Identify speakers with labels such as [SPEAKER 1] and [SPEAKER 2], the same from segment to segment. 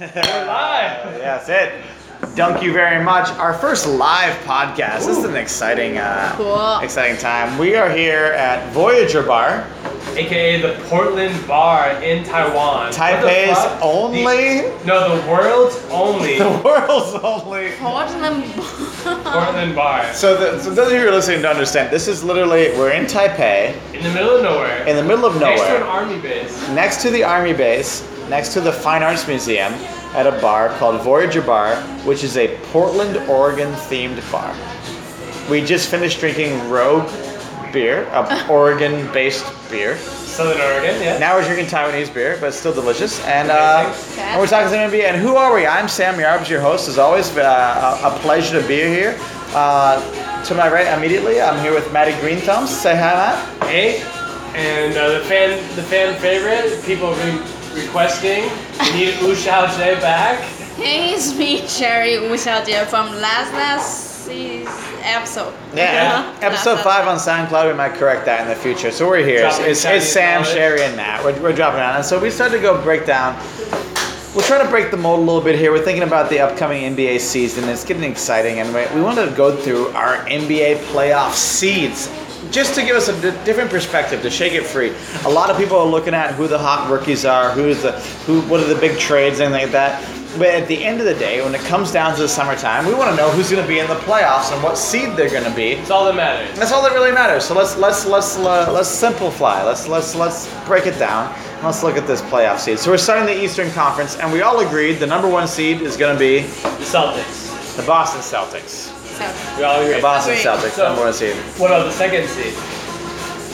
[SPEAKER 1] We're live.
[SPEAKER 2] Yeah, that's it. Dunk you very much. Our first live podcast. This is an exciting, uh,
[SPEAKER 3] Cool.
[SPEAKER 2] exciting time. We are here at Voyager Bar,
[SPEAKER 1] AKA the Portland Bar in Taiwan. What the
[SPEAKER 2] Taipei's
[SPEAKER 1] fuck? The-
[SPEAKER 2] only,
[SPEAKER 1] no, the world's only
[SPEAKER 2] the world's only.
[SPEAKER 3] Portland.
[SPEAKER 1] Portland Bar.
[SPEAKER 2] So, the, so those of you who are listening to understand, this is literally we're in Taipei,
[SPEAKER 1] In the middle of nowhere.
[SPEAKER 2] in the middle of
[SPEAKER 1] Next to an
[SPEAKER 2] nowhere,
[SPEAKER 1] army base.
[SPEAKER 2] next to the army base, next to the Fine Arts Museum, at a bar called Voyager Bar, which is a Portland, Oregon themed bar. We just finished drinking Rogue beer, a Oregon based beer.
[SPEAKER 1] Southern Oregon, yeah.
[SPEAKER 2] Now we're drinking Taiwanese beer, but it's still delicious. And, uh, and we're talking to MB. And who are we? I'm Sam Yarbs, your host, as always. Uh, a a pleasure to be here. Uh, to my right, immediately, I'm here with Maddie Green Thumbs. Say hi, Matt.
[SPEAKER 1] Hey, and uh, the fan, the fan favorite, people re- requesting, we need Wu Xiaojie back.
[SPEAKER 3] Hey, it's me, Cherry Wu Xiaojie from last last season episode. Uh-huh.
[SPEAKER 2] Yeah.
[SPEAKER 3] Yeah.
[SPEAKER 2] Episode
[SPEAKER 3] That's-
[SPEAKER 2] 5 on SoundCloud. We might correct that in the future. So we're here. It's,
[SPEAKER 1] Dropping
[SPEAKER 2] it's, it's
[SPEAKER 1] Chinese
[SPEAKER 2] Sam,
[SPEAKER 1] knowledge.
[SPEAKER 2] Sherry, and Matt. We're, we're dropping on. And so we started to go break down. We're trying to break the mold a little bit here. We're thinking about the upcoming NBA season. It's getting exciting, and we, we wanted to go through our NBA playoff seeds just to give us a di- different perspective to shake it free. A lot of people are looking at who the hot rookies are, who's the who, what are the big trades, and like that. But at the end of the day, when it comes down to the summertime, we want to know who's going to be in the playoffs and what seed they're going to be.
[SPEAKER 1] It's all that matters.
[SPEAKER 2] That's all that really matters. So let's let's let's uh, let's simplify. Let's let's let's break it down. Let's look at this playoff seed. So we're starting the Eastern Conference, and we all agreed the number one seed is going to be
[SPEAKER 1] The Celtics.
[SPEAKER 2] the Boston Celtics.
[SPEAKER 3] So,
[SPEAKER 1] We all agree.
[SPEAKER 2] The Boston
[SPEAKER 3] Agreed.
[SPEAKER 2] Celtics,
[SPEAKER 1] So-
[SPEAKER 2] number one seed.
[SPEAKER 1] What about the second seed?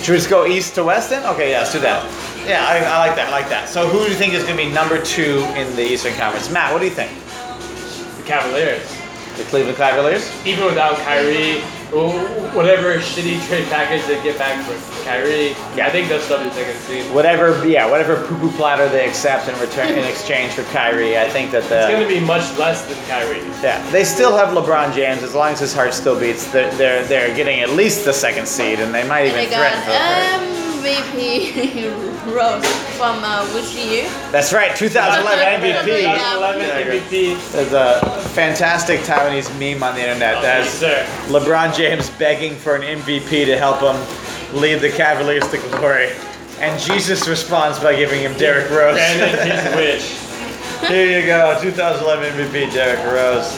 [SPEAKER 2] Should we just go east to west then? Okay, yeah, let's do that. Yeah, I, I like that. I like that. So who do you think is going to be number two in the Eastern Conference? Matt, what do you think?
[SPEAKER 1] The Cavaliers.
[SPEAKER 2] The Cleveland Cavaliers.
[SPEAKER 1] even without Kyrie, wh- whatever shitty trade package they get back for Kyrie, yeah, I think they'll still be second seed.
[SPEAKER 2] Whatever, yeah, whatever poo-poo platter they accept in return in exchange for Kyrie, I think that the
[SPEAKER 1] It's gonna be much less than Kyrie.
[SPEAKER 2] Yeah, they still have LeBron James as long as his heart still beats. They're they're, they're getting at least the second seed, and they might even
[SPEAKER 3] they
[SPEAKER 2] threaten
[SPEAKER 3] got
[SPEAKER 2] for the third.
[SPEAKER 3] MVP Rose from uh, which year?
[SPEAKER 2] That's right, 2011 MVP.
[SPEAKER 3] Yeah.
[SPEAKER 1] 2011 MVP.
[SPEAKER 2] There's a fantastic Taiwanese meme on the internet
[SPEAKER 1] Yes,
[SPEAKER 2] that's
[SPEAKER 1] sir.
[SPEAKER 2] LeBron James begging for an MVP to help him lead the Cavaliers to glory, and Jesus responds by giving him Derrick Rose.
[SPEAKER 1] Granted, his wish.
[SPEAKER 2] Here you go, 2011 MVP Derrick Rose.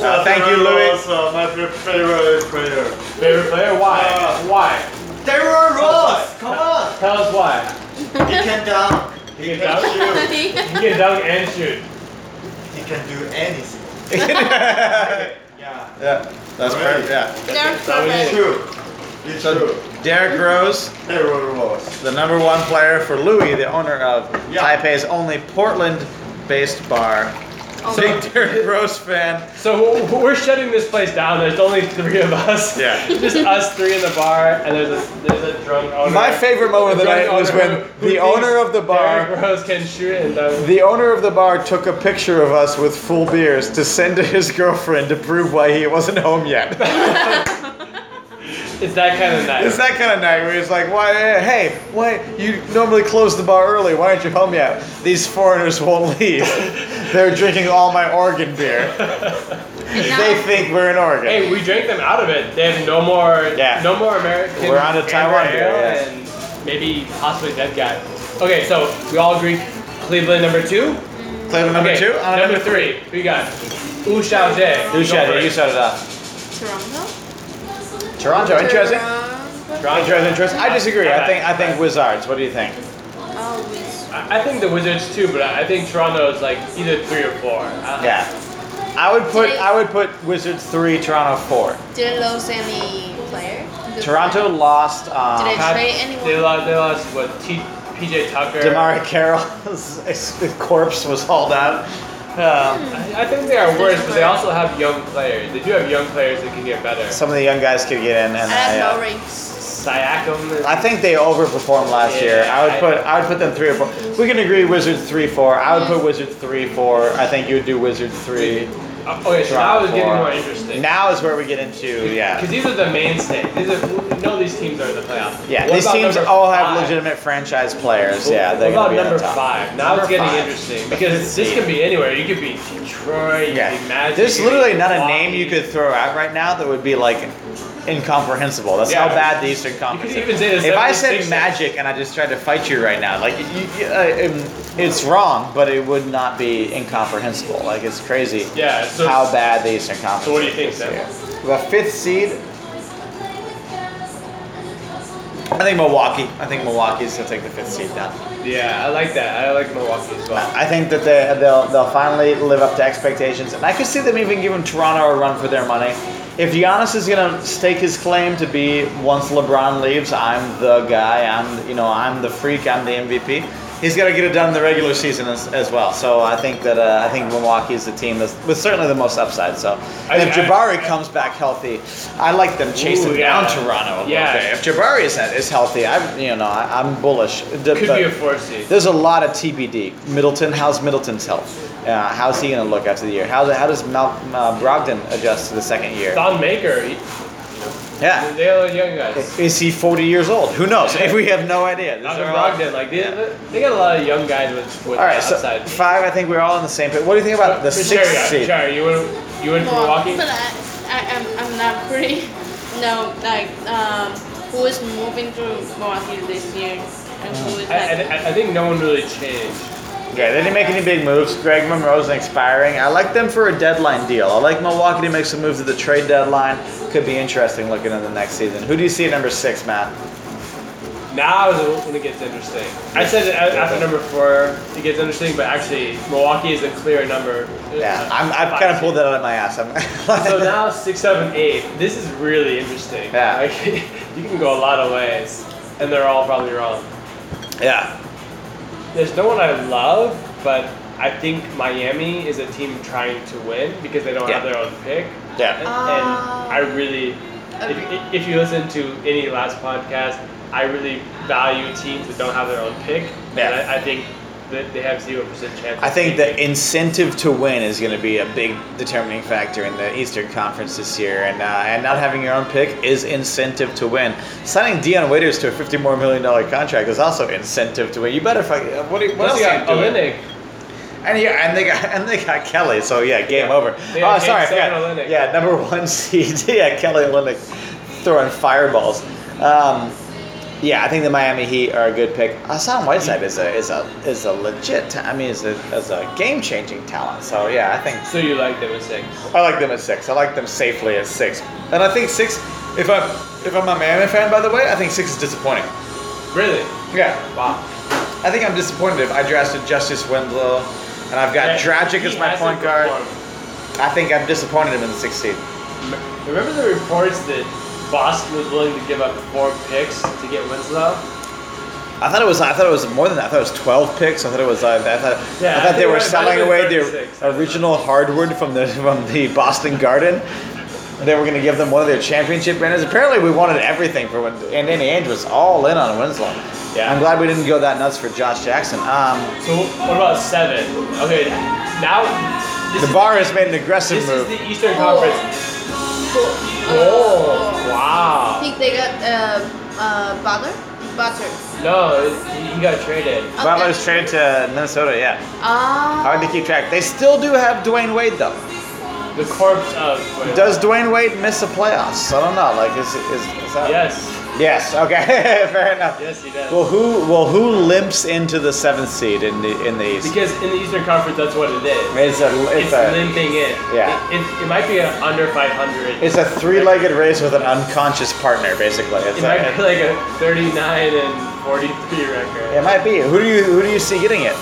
[SPEAKER 2] Uh, thank you, Louis.
[SPEAKER 4] Also, my favorite player.
[SPEAKER 1] Favorite player? Why?
[SPEAKER 4] Uh,
[SPEAKER 1] why?
[SPEAKER 4] Derrick Rose, come on!
[SPEAKER 1] Tell us why.
[SPEAKER 4] He can dunk. He
[SPEAKER 1] can dunk?
[SPEAKER 4] shoot.
[SPEAKER 1] He can dunk and shoot.
[SPEAKER 4] He can do anything.
[SPEAKER 2] yeah,
[SPEAKER 4] Yeah.
[SPEAKER 2] that's perfect. Yeah.
[SPEAKER 3] They're
[SPEAKER 1] how we
[SPEAKER 3] perfect.
[SPEAKER 4] True. It's
[SPEAKER 2] So Derek Rose,
[SPEAKER 4] Derrick Rose.
[SPEAKER 2] the number one player for Louis, the owner of
[SPEAKER 4] Yeah.
[SPEAKER 2] Taipei's only Portland-based bar.
[SPEAKER 3] Oh,
[SPEAKER 2] Big Derek Rose fan.
[SPEAKER 1] So wh- wh- we're shutting this place down. There's only three of us.
[SPEAKER 2] Yeah.
[SPEAKER 1] Just us three in the bar, and there's a there's a drunk owner.
[SPEAKER 2] My favorite moment of the
[SPEAKER 1] Drunk
[SPEAKER 2] night was
[SPEAKER 1] owner
[SPEAKER 2] when
[SPEAKER 1] who- who
[SPEAKER 2] the owner
[SPEAKER 1] thinks
[SPEAKER 2] of the bar,
[SPEAKER 1] Derrick Rose can shoot and dunk.
[SPEAKER 2] the owner of the bar, took a picture of us with full beers to send to his girlfriend to prove why he wasn't home yet.
[SPEAKER 1] It's that kind of night.
[SPEAKER 2] It's that kind of night where it's like, why, hey, why, you normally close the bar early. Why aren't you home yet? These foreigners won't leave. They're drinking all my Oregon beer. They think we're in Oregon.
[SPEAKER 1] Hey, we drank them out of it. They have no more,
[SPEAKER 2] Yeah.
[SPEAKER 1] no more American.
[SPEAKER 2] We're on to
[SPEAKER 1] Amber
[SPEAKER 2] Taiwan
[SPEAKER 1] Ale
[SPEAKER 2] beer, yeah.
[SPEAKER 1] and maybe possibly that guy. Okay, so we all agree. Cleveland number two.
[SPEAKER 2] Cleveland number
[SPEAKER 1] okay,
[SPEAKER 2] two? On
[SPEAKER 1] number three. We got Wu Xiaojie.
[SPEAKER 2] Who shut
[SPEAKER 1] Go
[SPEAKER 2] it? You
[SPEAKER 1] first.
[SPEAKER 2] shut it up.
[SPEAKER 3] Toronto.
[SPEAKER 2] Toronto, interesting.
[SPEAKER 3] Toronto.
[SPEAKER 2] Interesting, interesting. I disagree. I think I think Wizards. What do you think?
[SPEAKER 3] Oh, with-
[SPEAKER 1] I I think the Wizards too, but I I think Toronto is like either three or four. I-
[SPEAKER 2] Yeah. I would put I would put Wizards three, Toronto four.
[SPEAKER 3] did they lose any player? Good
[SPEAKER 2] Toronto
[SPEAKER 3] player?
[SPEAKER 2] lost
[SPEAKER 3] Did
[SPEAKER 2] um,
[SPEAKER 1] Pat-
[SPEAKER 3] Trade
[SPEAKER 1] They
[SPEAKER 3] anyone?
[SPEAKER 1] lost. They lost what? T- PJ Tucker.
[SPEAKER 2] Damari Carroll's corpse was hauled out. Um,
[SPEAKER 1] I I think they are worse, but they also have young players. They do have young players that can get better.
[SPEAKER 2] some of the young guys could get in, and
[SPEAKER 3] I have
[SPEAKER 2] I, uh,
[SPEAKER 3] no rings.
[SPEAKER 1] Siakam. is-
[SPEAKER 2] I think they overperformed last year.
[SPEAKER 1] Yeah,
[SPEAKER 2] I would
[SPEAKER 1] I-
[SPEAKER 2] put I would put them three or four. We can agree Wizards three four. I would put Wizards three four. I think you would do Wizards three.
[SPEAKER 1] Uh, okay, so now it's getting more interesting.
[SPEAKER 2] Now is where we get into
[SPEAKER 1] Because
[SPEAKER 2] yeah.
[SPEAKER 1] these are the mainstay. These are no, these teams are in the playoffs.
[SPEAKER 2] Yeah,
[SPEAKER 1] What
[SPEAKER 2] these
[SPEAKER 1] about
[SPEAKER 2] teams
[SPEAKER 1] number
[SPEAKER 2] all have
[SPEAKER 1] five?
[SPEAKER 2] legitimate franchise players. Yeah,
[SPEAKER 1] What
[SPEAKER 2] they're
[SPEAKER 1] about
[SPEAKER 2] gonna be
[SPEAKER 1] number
[SPEAKER 2] on top.
[SPEAKER 1] five? Now
[SPEAKER 2] Number
[SPEAKER 1] it's getting
[SPEAKER 2] five.
[SPEAKER 1] interesting because this could be anywhere. You could be Detroit. You could be
[SPEAKER 2] Yeah,
[SPEAKER 1] Magic.
[SPEAKER 2] there's
[SPEAKER 1] you could be
[SPEAKER 2] literally not a
[SPEAKER 1] Milwaukee.
[SPEAKER 2] name you could throw out right now that would be like incomprehensible. That's how
[SPEAKER 1] Yeah.
[SPEAKER 2] bad the Eastern Conference.
[SPEAKER 1] even
[SPEAKER 2] is.
[SPEAKER 1] say the
[SPEAKER 2] if I said
[SPEAKER 1] 76ers.
[SPEAKER 2] Magic and I just tried to fight you right now, like you, you, uh, um, it's wrong, but it would not be incomprehensible. Like it's crazy.
[SPEAKER 1] Yeah, so-
[SPEAKER 2] how bad the Eastern Conference.
[SPEAKER 1] So what do you think,
[SPEAKER 2] is
[SPEAKER 1] Sam?
[SPEAKER 2] this year. The fifth seed. I think Milwaukee. I think Milwaukee's gonna take the fifth seed now.
[SPEAKER 1] Yeah, I like that. I like Milwaukee as well.
[SPEAKER 2] I think that they, they'll, they'll finally live up to expectations. And I could see them even giving Toronto a run for their money. If Giannis is going to stake his claim to be once LeBron leaves, I'm the guy. I'm you know I'm the freak. I'm the MVP. He's got to get it done in the regular season as, as well. So I think that uh, I think Milwaukee is the team that's, with certainly the most upside. So
[SPEAKER 1] I-
[SPEAKER 2] and if
[SPEAKER 1] I-
[SPEAKER 2] Jabari comes back healthy, I like them chasing
[SPEAKER 1] Ooh, yeah.
[SPEAKER 2] down Toronto. a little
[SPEAKER 1] Yeah.
[SPEAKER 2] bit. If Jabari is, is healthy, I'm you know I, I'm bullish. The-
[SPEAKER 1] Could
[SPEAKER 2] but-
[SPEAKER 1] be a four seed.
[SPEAKER 2] there's a lot of TBD. Middleton, how's Middleton's health? Uh, how's he going to look after the year? How, how does Malcolm uh, Brogdon adjust to the second year?
[SPEAKER 1] Don Maker. He,
[SPEAKER 2] Yeah.
[SPEAKER 1] they are young guys.
[SPEAKER 2] Is he 40 years old? Who knows? We have no idea. These
[SPEAKER 1] Malcolm
[SPEAKER 2] are all-
[SPEAKER 1] Brogdon. Like they, they got a lot of young guys with with
[SPEAKER 2] All right, so
[SPEAKER 1] upside.
[SPEAKER 2] five, I think we're all in the same pit. What do you think about the
[SPEAKER 1] Sherry,
[SPEAKER 2] sixth seed?
[SPEAKER 1] Sherry, you went you went for Milwaukee.
[SPEAKER 3] But I, I, I'm, I'm not pretty. No, like, um, who is moving to Milwaukee this year? And who is
[SPEAKER 1] I, I,
[SPEAKER 3] like,
[SPEAKER 1] I- I think no one really changed.
[SPEAKER 2] Okay, they didn't make any big moves. Greg Monroe's an expiring. I like them for a deadline deal. I like Milwaukee to make some moves at the trade deadline. Could be interesting looking in the next season. Who do you see at number six, Matt?
[SPEAKER 1] Now is when it gets interesting. I said it a- after number four, it gets interesting, but actually Milwaukee is a clear number.
[SPEAKER 2] Yeah, I'm, I've kind of pulled that out of my ass. I'm
[SPEAKER 1] So now six, seven, eight. This is really interesting.
[SPEAKER 2] Yeah.
[SPEAKER 1] Like, you can go a lot of ways, and they're all probably wrong.
[SPEAKER 2] yeah.
[SPEAKER 1] There's no one I love, but I think Miami is a team trying to win because they don't have
[SPEAKER 2] Yeah.
[SPEAKER 1] their own pick.
[SPEAKER 2] Yeah.
[SPEAKER 1] And,
[SPEAKER 3] Ah.
[SPEAKER 1] and I really,
[SPEAKER 3] Agree.
[SPEAKER 1] if, if you listen to any last podcast, I really value teams that don't have their own pick.
[SPEAKER 2] Yeah.
[SPEAKER 1] And I, I think that they have 0% chance.
[SPEAKER 2] I
[SPEAKER 1] of
[SPEAKER 2] think the
[SPEAKER 1] making it.
[SPEAKER 2] incentive to win is going to be a big determining factor in the Eastern Conference this year, and uh, and not having your own pick is incentive to win. Signing Dion Waiters to a fifty more million dollar contract is also incentive to win. You better fuck. What, do you- what
[SPEAKER 1] Plus
[SPEAKER 2] else
[SPEAKER 1] they
[SPEAKER 2] are you
[SPEAKER 1] got
[SPEAKER 2] doing?
[SPEAKER 1] Olenek.
[SPEAKER 2] And yeah, and they got and they got Kelly. So yeah, game
[SPEAKER 1] Yeah.
[SPEAKER 2] over.
[SPEAKER 1] They got
[SPEAKER 2] oh, sorry, I
[SPEAKER 1] Kate Seven
[SPEAKER 2] forgot.
[SPEAKER 1] Olynyk.
[SPEAKER 2] Yeah, number one seed. yeah, Kelly Olynyk throwing fireballs. Um, yeah, I think the Miami Heat are a good pick. Hassan Whiteside is a is a is a legit. ta- I mean, is a is a game changing talent. So yeah, I think
[SPEAKER 1] So you like them at six.
[SPEAKER 2] I like them at six. I like them safely at six. And I think six. If I'm if I'm a Miami fan, by the way, I think six is disappointing.
[SPEAKER 1] Really?
[SPEAKER 2] Yeah,
[SPEAKER 1] Wow.
[SPEAKER 2] I think I'm disappointed. If I drafted Justice Winslow, and I've got
[SPEAKER 1] Yeah,
[SPEAKER 2] Dragic
[SPEAKER 1] he
[SPEAKER 2] as my
[SPEAKER 1] hasn't
[SPEAKER 2] point guard.
[SPEAKER 1] performed.
[SPEAKER 2] I think I'm disappointed him in the sixth seed.
[SPEAKER 1] M- Remember the reports that Boston was willing to give up four picks to get Winslow?
[SPEAKER 2] I thought it was. I thought it was more than that. I thought it was 12 picks. I thought it was. Uh, I thought.
[SPEAKER 1] Yeah,
[SPEAKER 2] I
[SPEAKER 1] I
[SPEAKER 2] thought
[SPEAKER 1] think
[SPEAKER 2] they
[SPEAKER 1] it
[SPEAKER 2] were
[SPEAKER 1] might-
[SPEAKER 2] selling
[SPEAKER 1] might have been
[SPEAKER 2] away
[SPEAKER 1] 36.
[SPEAKER 2] the original hardwood from the from the Boston Garden. They were going to give them one of their championship banners. Apparently, we wanted everything for when and Danny Ainge was all in on Winslow.
[SPEAKER 1] Yeah.
[SPEAKER 2] I'm glad we didn't go that nuts for Josh Jackson. Um,
[SPEAKER 1] So what about seven? Okay, now this
[SPEAKER 2] the
[SPEAKER 1] is-
[SPEAKER 2] bar has made an aggressive
[SPEAKER 1] This is
[SPEAKER 2] move.
[SPEAKER 1] the Eastern Conference.
[SPEAKER 3] four,
[SPEAKER 1] Oh,
[SPEAKER 3] uh, I
[SPEAKER 1] wow.
[SPEAKER 3] think they got, uh, uh, butter? Butter.
[SPEAKER 1] No, it- he- he got traded.
[SPEAKER 2] Butler was traded to Minnesota. Yeah,
[SPEAKER 3] Ah.
[SPEAKER 2] hard to keep track. They still do have Dwayne Wade though.
[SPEAKER 1] The corpse of.
[SPEAKER 2] Does Dwayne Wade miss the playoffs? I don't know. Like, is is, is that?
[SPEAKER 1] Yes.
[SPEAKER 2] Yes. Okay. Fair enough.
[SPEAKER 1] Yes, he does.
[SPEAKER 2] Well, who well who limps into the seventh seed in the in the East?
[SPEAKER 1] because in the Eastern Conference, that's what it is.
[SPEAKER 2] it's a
[SPEAKER 1] It's
[SPEAKER 2] it's a
[SPEAKER 1] limping in.
[SPEAKER 2] Yeah.
[SPEAKER 1] It, it, it might be a under 500.
[SPEAKER 2] it's a three-legged race with an unconscious partner, basically. It's
[SPEAKER 1] It
[SPEAKER 2] a,
[SPEAKER 1] might be like a 39 and 43 record.
[SPEAKER 2] it might be. Who do you who do you see getting it?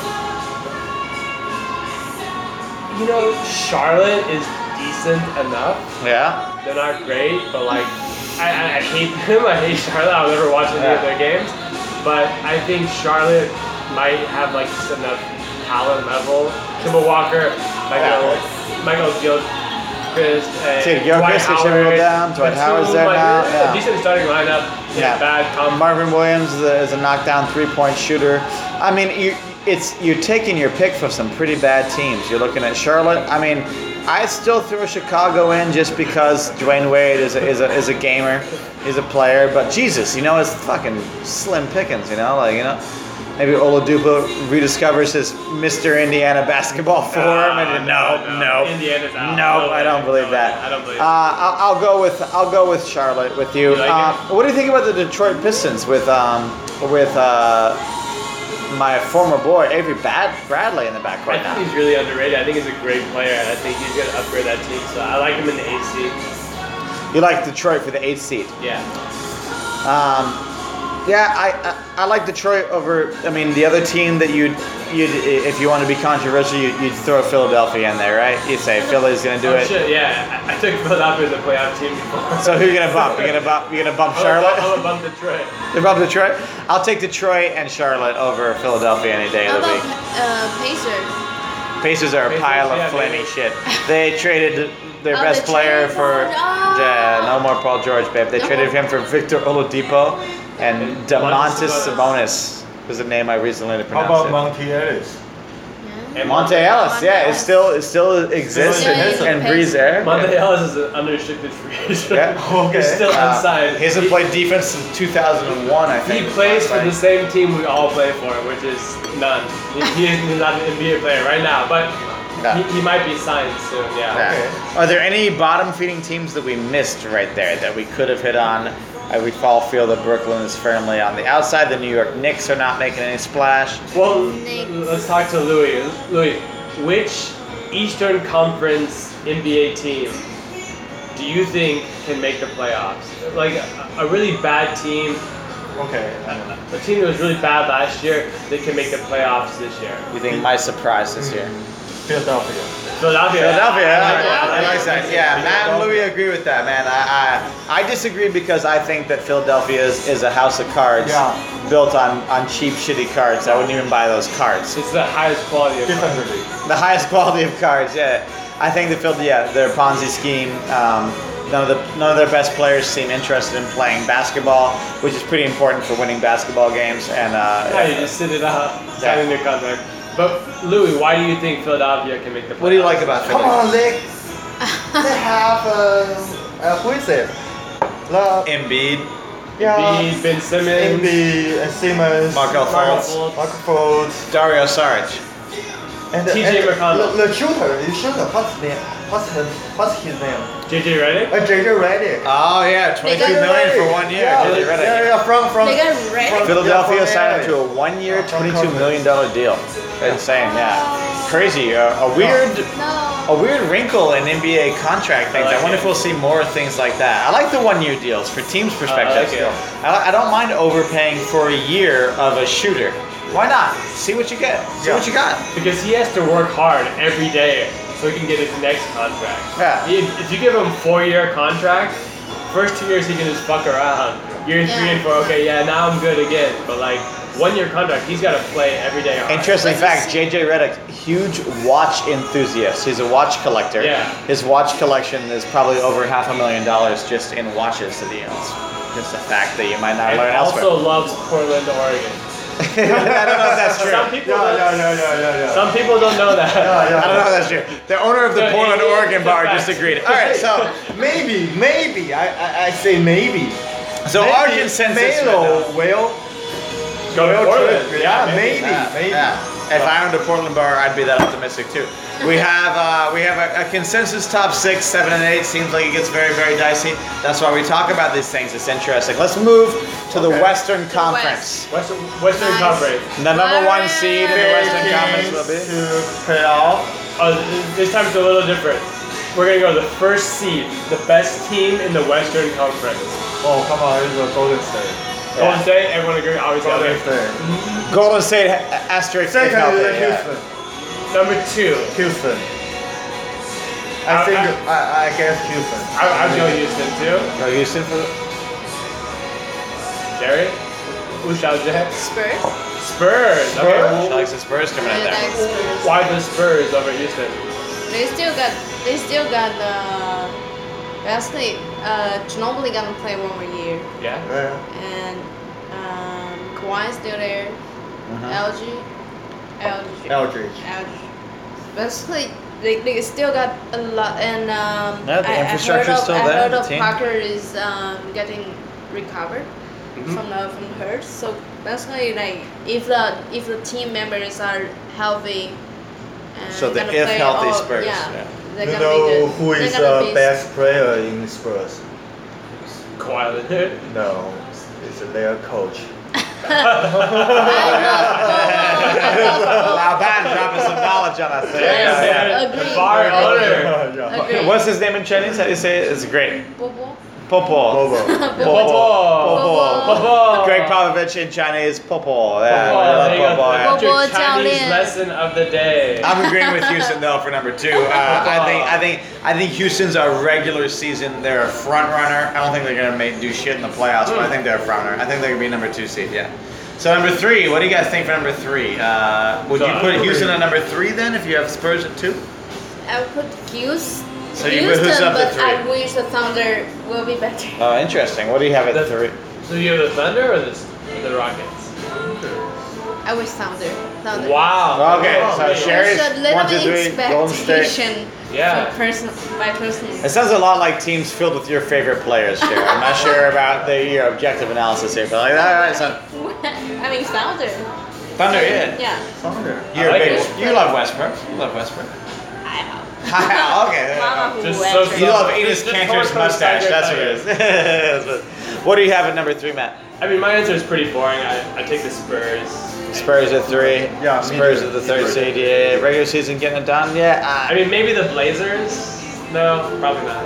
[SPEAKER 1] You know, Charlotte is decent enough.
[SPEAKER 2] Yeah.
[SPEAKER 1] They're not great, but like, I, I, I hate them. I hate Charlotte. I'll never watch any
[SPEAKER 2] Yeah.
[SPEAKER 1] of their games. But I think Charlotte might have like just enough talent level. Kimball Walker, Michael, Michael Gilchrist, and
[SPEAKER 2] Kid Gilchrist, they should roll down. Dwight
[SPEAKER 1] Batum,
[SPEAKER 2] Howard's there
[SPEAKER 1] like,
[SPEAKER 2] now,
[SPEAKER 1] a
[SPEAKER 2] yeah.
[SPEAKER 1] Decent starting lineup.
[SPEAKER 2] Yeah.
[SPEAKER 1] Yeah. Bad comp.
[SPEAKER 2] Um, Marvin Williams is a, is a knockdown three-point shooter. I mean, you it's you're taking your pick from some pretty bad teams. You're looking at Charlotte. I mean, I still throw Chicago in just because Dwayne Wade is a, is a, is a gamer, is a player. But Jesus, you know, it's fucking slim pickings. You know, like you know, maybe Oladipo rediscovers his Mr. Indiana basketball form. and Ah, no, no,
[SPEAKER 1] Uh, Indiana's out.
[SPEAKER 2] no, I don't
[SPEAKER 1] way.
[SPEAKER 2] believe
[SPEAKER 1] No,
[SPEAKER 2] that.
[SPEAKER 1] I don't believe
[SPEAKER 2] Uh, I'll, I'll go with I'll go with Charlotte with you.
[SPEAKER 1] You like
[SPEAKER 2] Uh,
[SPEAKER 1] it?
[SPEAKER 2] what do you think about the Detroit Pistons with um with uh, my former boy Avery Bad- Bradley in the back
[SPEAKER 1] I
[SPEAKER 2] right
[SPEAKER 1] think
[SPEAKER 2] now?
[SPEAKER 1] he's really underrated. I think he's a great player, and I think he's gonna upgrade that team. So I like him in the AC.
[SPEAKER 2] You like Detroit for the eighth seed?
[SPEAKER 1] Yeah.
[SPEAKER 2] Um, yeah, I, I I like Detroit over. I mean, the other team that you'd you'd if you want to be controversial, you'd, you'd throw Philadelphia in there, right? You'd say Philly's gonna do
[SPEAKER 1] Oh,
[SPEAKER 2] it.
[SPEAKER 1] shit, yeah. I, I took Philadelphia as a playoff team before.
[SPEAKER 2] So who you gonna bump? You gonna bump? You gonna bump
[SPEAKER 1] I'm
[SPEAKER 2] Charlotte?
[SPEAKER 1] gonna bump Detroit.
[SPEAKER 2] You bump Detroit? I'll take Detroit and Charlotte over Philadelphia any day
[SPEAKER 3] How
[SPEAKER 2] of the
[SPEAKER 3] about
[SPEAKER 2] week.
[SPEAKER 3] uh, Pacers?
[SPEAKER 2] Pacers are a
[SPEAKER 1] Pacers,
[SPEAKER 2] pile of
[SPEAKER 1] yeah,
[SPEAKER 2] flaming shit.
[SPEAKER 1] baby.
[SPEAKER 2] They traded their
[SPEAKER 3] Oh,
[SPEAKER 2] best
[SPEAKER 3] they
[SPEAKER 2] player
[SPEAKER 3] traded
[SPEAKER 2] for
[SPEAKER 3] Paul George.
[SPEAKER 2] yeah, no more Paul George, babe. They
[SPEAKER 3] No
[SPEAKER 2] traded
[SPEAKER 3] more.
[SPEAKER 2] him for Victor Oladipo and
[SPEAKER 1] And
[SPEAKER 2] Demontis
[SPEAKER 1] Sabonis.
[SPEAKER 2] Sabonis was the name I recently
[SPEAKER 4] How
[SPEAKER 2] pronounced.
[SPEAKER 4] about
[SPEAKER 2] it.
[SPEAKER 4] Monty Ellis?
[SPEAKER 3] Yeah.
[SPEAKER 1] And
[SPEAKER 2] Monte Ellis, yeah, it still it still exists
[SPEAKER 4] Still
[SPEAKER 2] and,
[SPEAKER 4] exists.
[SPEAKER 2] and breathes air.
[SPEAKER 1] Monte Ellis is an unrestricted free agent.
[SPEAKER 2] Yeah.
[SPEAKER 4] Okay.
[SPEAKER 1] He's still
[SPEAKER 2] Uh,
[SPEAKER 1] unsigned.
[SPEAKER 2] He hasn't
[SPEAKER 1] He-
[SPEAKER 2] played defense since 2001, I
[SPEAKER 1] He
[SPEAKER 2] think.
[SPEAKER 1] plays for the same team we all play for, which is none. He, he is not an NBA player right now, but
[SPEAKER 2] Yeah.
[SPEAKER 1] he, he might be signed soon.
[SPEAKER 2] Yeah.
[SPEAKER 1] Yeah.
[SPEAKER 4] Okay.
[SPEAKER 2] Are there any bottom feeding teams that we missed right there that we could have hit on? Uh, we all feel that Brooklyn is firmly on the outside. The New York Knicks are not making any splash.
[SPEAKER 1] Well,
[SPEAKER 3] Knicks.
[SPEAKER 1] l- let's talk to Louis. Louis, which Eastern Conference NBA team do you think can make the playoffs? Like a, a really bad team,
[SPEAKER 4] Okay. uh,
[SPEAKER 1] a team that was really bad last year, that can make the playoffs this year.
[SPEAKER 2] You think my surprise this year?
[SPEAKER 4] Philadelphia.
[SPEAKER 1] Philadelphia.
[SPEAKER 2] Philadelphia.
[SPEAKER 1] I like that.
[SPEAKER 2] I like that. Yeah, Matt and Louis agree with that, man. I, I I disagree because I think that Philadelphia is, is a house of cards
[SPEAKER 4] Yeah.
[SPEAKER 2] built on, on cheap, shitty cards. I wouldn't even buy those cards.
[SPEAKER 1] It's the highest quality of
[SPEAKER 4] Different league.
[SPEAKER 2] The highest quality of cards, yeah. I think the Phil, yeah, their Ponzi scheme. Um, none of the none of their best players seem interested in playing basketball, which is pretty important for winning basketball games. And
[SPEAKER 1] Yeah, you
[SPEAKER 2] uh,
[SPEAKER 1] just sit it out, signing your contract. But Louis, why do you think Philadelphia can make the playoffs?
[SPEAKER 2] what do you like about
[SPEAKER 4] Come
[SPEAKER 2] Philly?
[SPEAKER 4] on, Nick. they have uh, uh, who is it? Love.
[SPEAKER 2] Embiid,
[SPEAKER 1] Embiid, Ben Simmons,
[SPEAKER 4] Indy, uh, Simmons,
[SPEAKER 2] Markel
[SPEAKER 1] Markel
[SPEAKER 2] Fultz,
[SPEAKER 1] Fultz,
[SPEAKER 4] Marco Fultz,
[SPEAKER 2] Dario Saric.
[SPEAKER 4] and
[SPEAKER 1] TJ
[SPEAKER 4] and
[SPEAKER 1] McConnell.
[SPEAKER 4] The, the shooter, the shooter. What's his name? What's his What's his name?
[SPEAKER 1] JJ Redick.
[SPEAKER 4] Uh, JJ Redick.
[SPEAKER 2] Oh yeah,
[SPEAKER 3] They
[SPEAKER 2] twenty three
[SPEAKER 3] got
[SPEAKER 4] JJ
[SPEAKER 2] million
[SPEAKER 4] Redick.
[SPEAKER 2] for one year.
[SPEAKER 4] Yeah,
[SPEAKER 2] Really
[SPEAKER 4] yeah,
[SPEAKER 2] ready.
[SPEAKER 4] yeah, from from.
[SPEAKER 3] They got Redick?
[SPEAKER 4] from-
[SPEAKER 2] Philadelphia
[SPEAKER 4] yeah, from
[SPEAKER 2] signed him to
[SPEAKER 4] LA.
[SPEAKER 2] a one-year,
[SPEAKER 4] From
[SPEAKER 2] twenty-two
[SPEAKER 4] Conference.
[SPEAKER 2] million dollar deal. Insane, yeah, crazy. A, a weird,
[SPEAKER 3] No.
[SPEAKER 2] a weird wrinkle in NBA contract things. I,
[SPEAKER 1] like
[SPEAKER 2] wonder
[SPEAKER 1] it.
[SPEAKER 2] if we'll see more things like that. I like the one-year deals for teams' perspective.
[SPEAKER 1] it.
[SPEAKER 2] I, I don't mind overpaying for a year of a shooter. Why not? See what you get. See
[SPEAKER 4] Yeah.
[SPEAKER 2] what you got.
[SPEAKER 1] Because he has to work hard every day so he can get his next contract.
[SPEAKER 2] Yeah.
[SPEAKER 1] If, if you give him four-year contract, first two years he can just fuck around. Year three
[SPEAKER 3] Yeah.
[SPEAKER 1] and four, okay, yeah, now I'm good again. But like one-year contract, he's got to play every day. hard.
[SPEAKER 2] Interesting
[SPEAKER 3] This
[SPEAKER 2] fact:
[SPEAKER 3] is-
[SPEAKER 2] JJ Redick, huge watch enthusiast. He's a watch collector.
[SPEAKER 1] Yeah.
[SPEAKER 2] His watch collection is probably over half a million dollars just in watches that he owns. Just a fact that you might not
[SPEAKER 1] And
[SPEAKER 2] learn
[SPEAKER 1] also loves Portland, Oregon.
[SPEAKER 2] elsewhere. I don't know if that's true.
[SPEAKER 1] Some people,
[SPEAKER 4] No, no, no, no, no, no.
[SPEAKER 1] Some people don't know that.
[SPEAKER 4] Yeah, yeah.
[SPEAKER 2] I don't know if that's true. The owner of the
[SPEAKER 1] No,
[SPEAKER 2] Portland,
[SPEAKER 1] it- it's
[SPEAKER 2] Oregon
[SPEAKER 1] a
[SPEAKER 2] bar
[SPEAKER 1] fact.
[SPEAKER 2] disagreed. All right, so
[SPEAKER 4] maybe, maybe. I, I, I say maybe.
[SPEAKER 2] so
[SPEAKER 4] maybe
[SPEAKER 2] our consensus.
[SPEAKER 4] Melo will
[SPEAKER 1] Go to
[SPEAKER 4] will
[SPEAKER 1] Portland.
[SPEAKER 4] trade.
[SPEAKER 1] Yeah,
[SPEAKER 4] Yeah, maybe,
[SPEAKER 2] Yeah,
[SPEAKER 4] maybe.
[SPEAKER 2] yeah. If I owned a Portland bar, I'd be that optimistic too. We have uh, we have a, a consensus top six, seven, and eight. Seems like it gets very, very dicey. That's why we talk about these things. It's interesting. Let's move to the
[SPEAKER 4] Okay.
[SPEAKER 2] Western Conference.
[SPEAKER 1] Western, Western
[SPEAKER 3] Nice.
[SPEAKER 1] Conference.
[SPEAKER 2] The number one seed in the
[SPEAKER 3] Very
[SPEAKER 2] Western Conference will be.
[SPEAKER 4] to playoff.
[SPEAKER 1] Uh, this time it's a little different. We're gonna go the first seed, the best team in the Western Conference.
[SPEAKER 4] Oh, come on, it's a Golden State.
[SPEAKER 1] Golden State, everyone agree, obviously.
[SPEAKER 4] Golden
[SPEAKER 1] Okay.
[SPEAKER 4] State.
[SPEAKER 2] Golden State ha- asterisk. if
[SPEAKER 4] Second
[SPEAKER 2] healthy,
[SPEAKER 4] is
[SPEAKER 2] yeah.
[SPEAKER 4] Houston.
[SPEAKER 1] Number two,
[SPEAKER 4] Houston.
[SPEAKER 1] I-
[SPEAKER 4] I think
[SPEAKER 1] I-
[SPEAKER 4] I, I guess Houston.
[SPEAKER 1] I, I'm going Houston too.
[SPEAKER 2] Go Houston for the-
[SPEAKER 1] Jerry, who shall Jay?
[SPEAKER 3] Spurs?
[SPEAKER 1] Oh, Spurs.
[SPEAKER 2] She
[SPEAKER 1] Okay. well,
[SPEAKER 2] likes the Spurs coming in
[SPEAKER 3] Yeah,
[SPEAKER 2] there.
[SPEAKER 3] like Spurs.
[SPEAKER 1] Why the Spurs over Houston?
[SPEAKER 3] They still got, they still got, uh, basically, uh, Ginobili gonna play one more year.
[SPEAKER 1] Yeah.
[SPEAKER 4] Yeah.
[SPEAKER 3] And, um, Kawhi's still there.
[SPEAKER 2] Mhm.
[SPEAKER 3] LG. LG.
[SPEAKER 4] Eldridge.
[SPEAKER 3] Eldridge. Basically, they, they still got a lot, and um,
[SPEAKER 2] Yeah, the
[SPEAKER 3] I-
[SPEAKER 2] infrastructure's
[SPEAKER 3] I heard of,
[SPEAKER 2] still
[SPEAKER 3] I
[SPEAKER 2] there,
[SPEAKER 3] heard
[SPEAKER 2] the
[SPEAKER 3] of
[SPEAKER 2] team.
[SPEAKER 3] Parker is um, getting recovered
[SPEAKER 2] Mm-hmm.
[SPEAKER 1] Mhm.
[SPEAKER 3] from the, from hurt, so that's why like if the if the team members are healthy. And
[SPEAKER 2] So the
[SPEAKER 3] gonna
[SPEAKER 2] if
[SPEAKER 3] play
[SPEAKER 2] healthy
[SPEAKER 3] all-
[SPEAKER 2] Spurs,
[SPEAKER 3] yeah,
[SPEAKER 2] yeah.
[SPEAKER 3] they're
[SPEAKER 4] you
[SPEAKER 3] gonna be
[SPEAKER 4] know
[SPEAKER 3] good.
[SPEAKER 4] who
[SPEAKER 3] They're
[SPEAKER 4] is
[SPEAKER 3] gonna
[SPEAKER 4] the
[SPEAKER 3] be-
[SPEAKER 4] best player in Spurs?
[SPEAKER 1] Kawhi Leonard.
[SPEAKER 4] No, it's their coach.
[SPEAKER 3] I love football. I love
[SPEAKER 2] Laban Uh-huh. dropping some knowledge on us. there.
[SPEAKER 1] Yes,
[SPEAKER 3] Yeah, yeah.
[SPEAKER 1] man.
[SPEAKER 3] Agreed.
[SPEAKER 1] The bar
[SPEAKER 3] Agreed.
[SPEAKER 1] owner.
[SPEAKER 4] Yeah.
[SPEAKER 3] Agree.
[SPEAKER 2] What's his name in Chinese? How do you say it? It's great.
[SPEAKER 3] football.
[SPEAKER 2] Popo.
[SPEAKER 4] Bobo.
[SPEAKER 2] Popo.
[SPEAKER 3] Popo.
[SPEAKER 1] Football.
[SPEAKER 2] Greg Popovich in Chinese, Popo. Yeah, we
[SPEAKER 1] Football.
[SPEAKER 2] love
[SPEAKER 1] There you go.
[SPEAKER 2] Popo, yeah.
[SPEAKER 1] That's your
[SPEAKER 3] Football
[SPEAKER 1] Chinese
[SPEAKER 3] Italian.
[SPEAKER 1] lesson of the day.
[SPEAKER 2] I'm agreeing with Houston though for number two. Uh, I think I think I think Houston's a regular season. They're a front runner. I don't think they're gonna make do shit in the playoffs, but I think they're a front runner. I think they're gonna be number two seed. Yeah. So number three, what do you guys think for number three? Uh, would
[SPEAKER 1] So
[SPEAKER 2] you
[SPEAKER 1] I
[SPEAKER 2] put
[SPEAKER 1] agree.
[SPEAKER 2] Houston at number three then if you have Spurs at two?
[SPEAKER 3] I would put Hughes.
[SPEAKER 2] So you
[SPEAKER 3] Houston,
[SPEAKER 2] put who's up to
[SPEAKER 3] but I
[SPEAKER 2] three?
[SPEAKER 3] wish the Thunder will be better.
[SPEAKER 2] Oh, interesting. What do you have
[SPEAKER 1] The-
[SPEAKER 2] at three?
[SPEAKER 1] So you have the Thunder or the, the Rockets?
[SPEAKER 3] I wish Thunder. Thunder.
[SPEAKER 1] Wow.
[SPEAKER 2] Okay, so
[SPEAKER 1] man.
[SPEAKER 2] share- Sherry's
[SPEAKER 3] There's a little
[SPEAKER 2] one, two,
[SPEAKER 3] bit
[SPEAKER 2] three, Golden State.
[SPEAKER 3] expectation
[SPEAKER 1] Yeah.
[SPEAKER 3] from person by person.
[SPEAKER 2] It sounds a lot like teams filled with your favorite players here. I'm not sure about the, your objective analysis here, but like, all right, so
[SPEAKER 3] I mean Thunder.
[SPEAKER 2] Thunder, yeah.
[SPEAKER 3] Yeah.
[SPEAKER 4] Thunder.
[SPEAKER 2] You're
[SPEAKER 1] I
[SPEAKER 2] a
[SPEAKER 1] like
[SPEAKER 2] big,
[SPEAKER 1] it.
[SPEAKER 2] you love Westbrook. You love Westbrook.
[SPEAKER 3] I
[SPEAKER 2] okay.
[SPEAKER 3] Mama who
[SPEAKER 1] Just
[SPEAKER 3] wears
[SPEAKER 1] so
[SPEAKER 3] it.
[SPEAKER 2] You love
[SPEAKER 1] It's
[SPEAKER 2] Enos
[SPEAKER 1] just
[SPEAKER 2] Cantor's
[SPEAKER 1] Horford's
[SPEAKER 2] mustache.
[SPEAKER 1] Tiger
[SPEAKER 2] That's what it is. That's what- what do you have at number three, Matt?
[SPEAKER 1] I mean, my answer is pretty boring. I, I take the Spurs.
[SPEAKER 2] Spurs at three.
[SPEAKER 4] Yeah, me
[SPEAKER 2] Spurs
[SPEAKER 4] too.
[SPEAKER 2] at the third
[SPEAKER 4] Me too.
[SPEAKER 2] seed. Yeah, regular season getting it done. Yeah.
[SPEAKER 1] I
[SPEAKER 2] I,
[SPEAKER 1] mean, maybe the Blazers. No, probably not.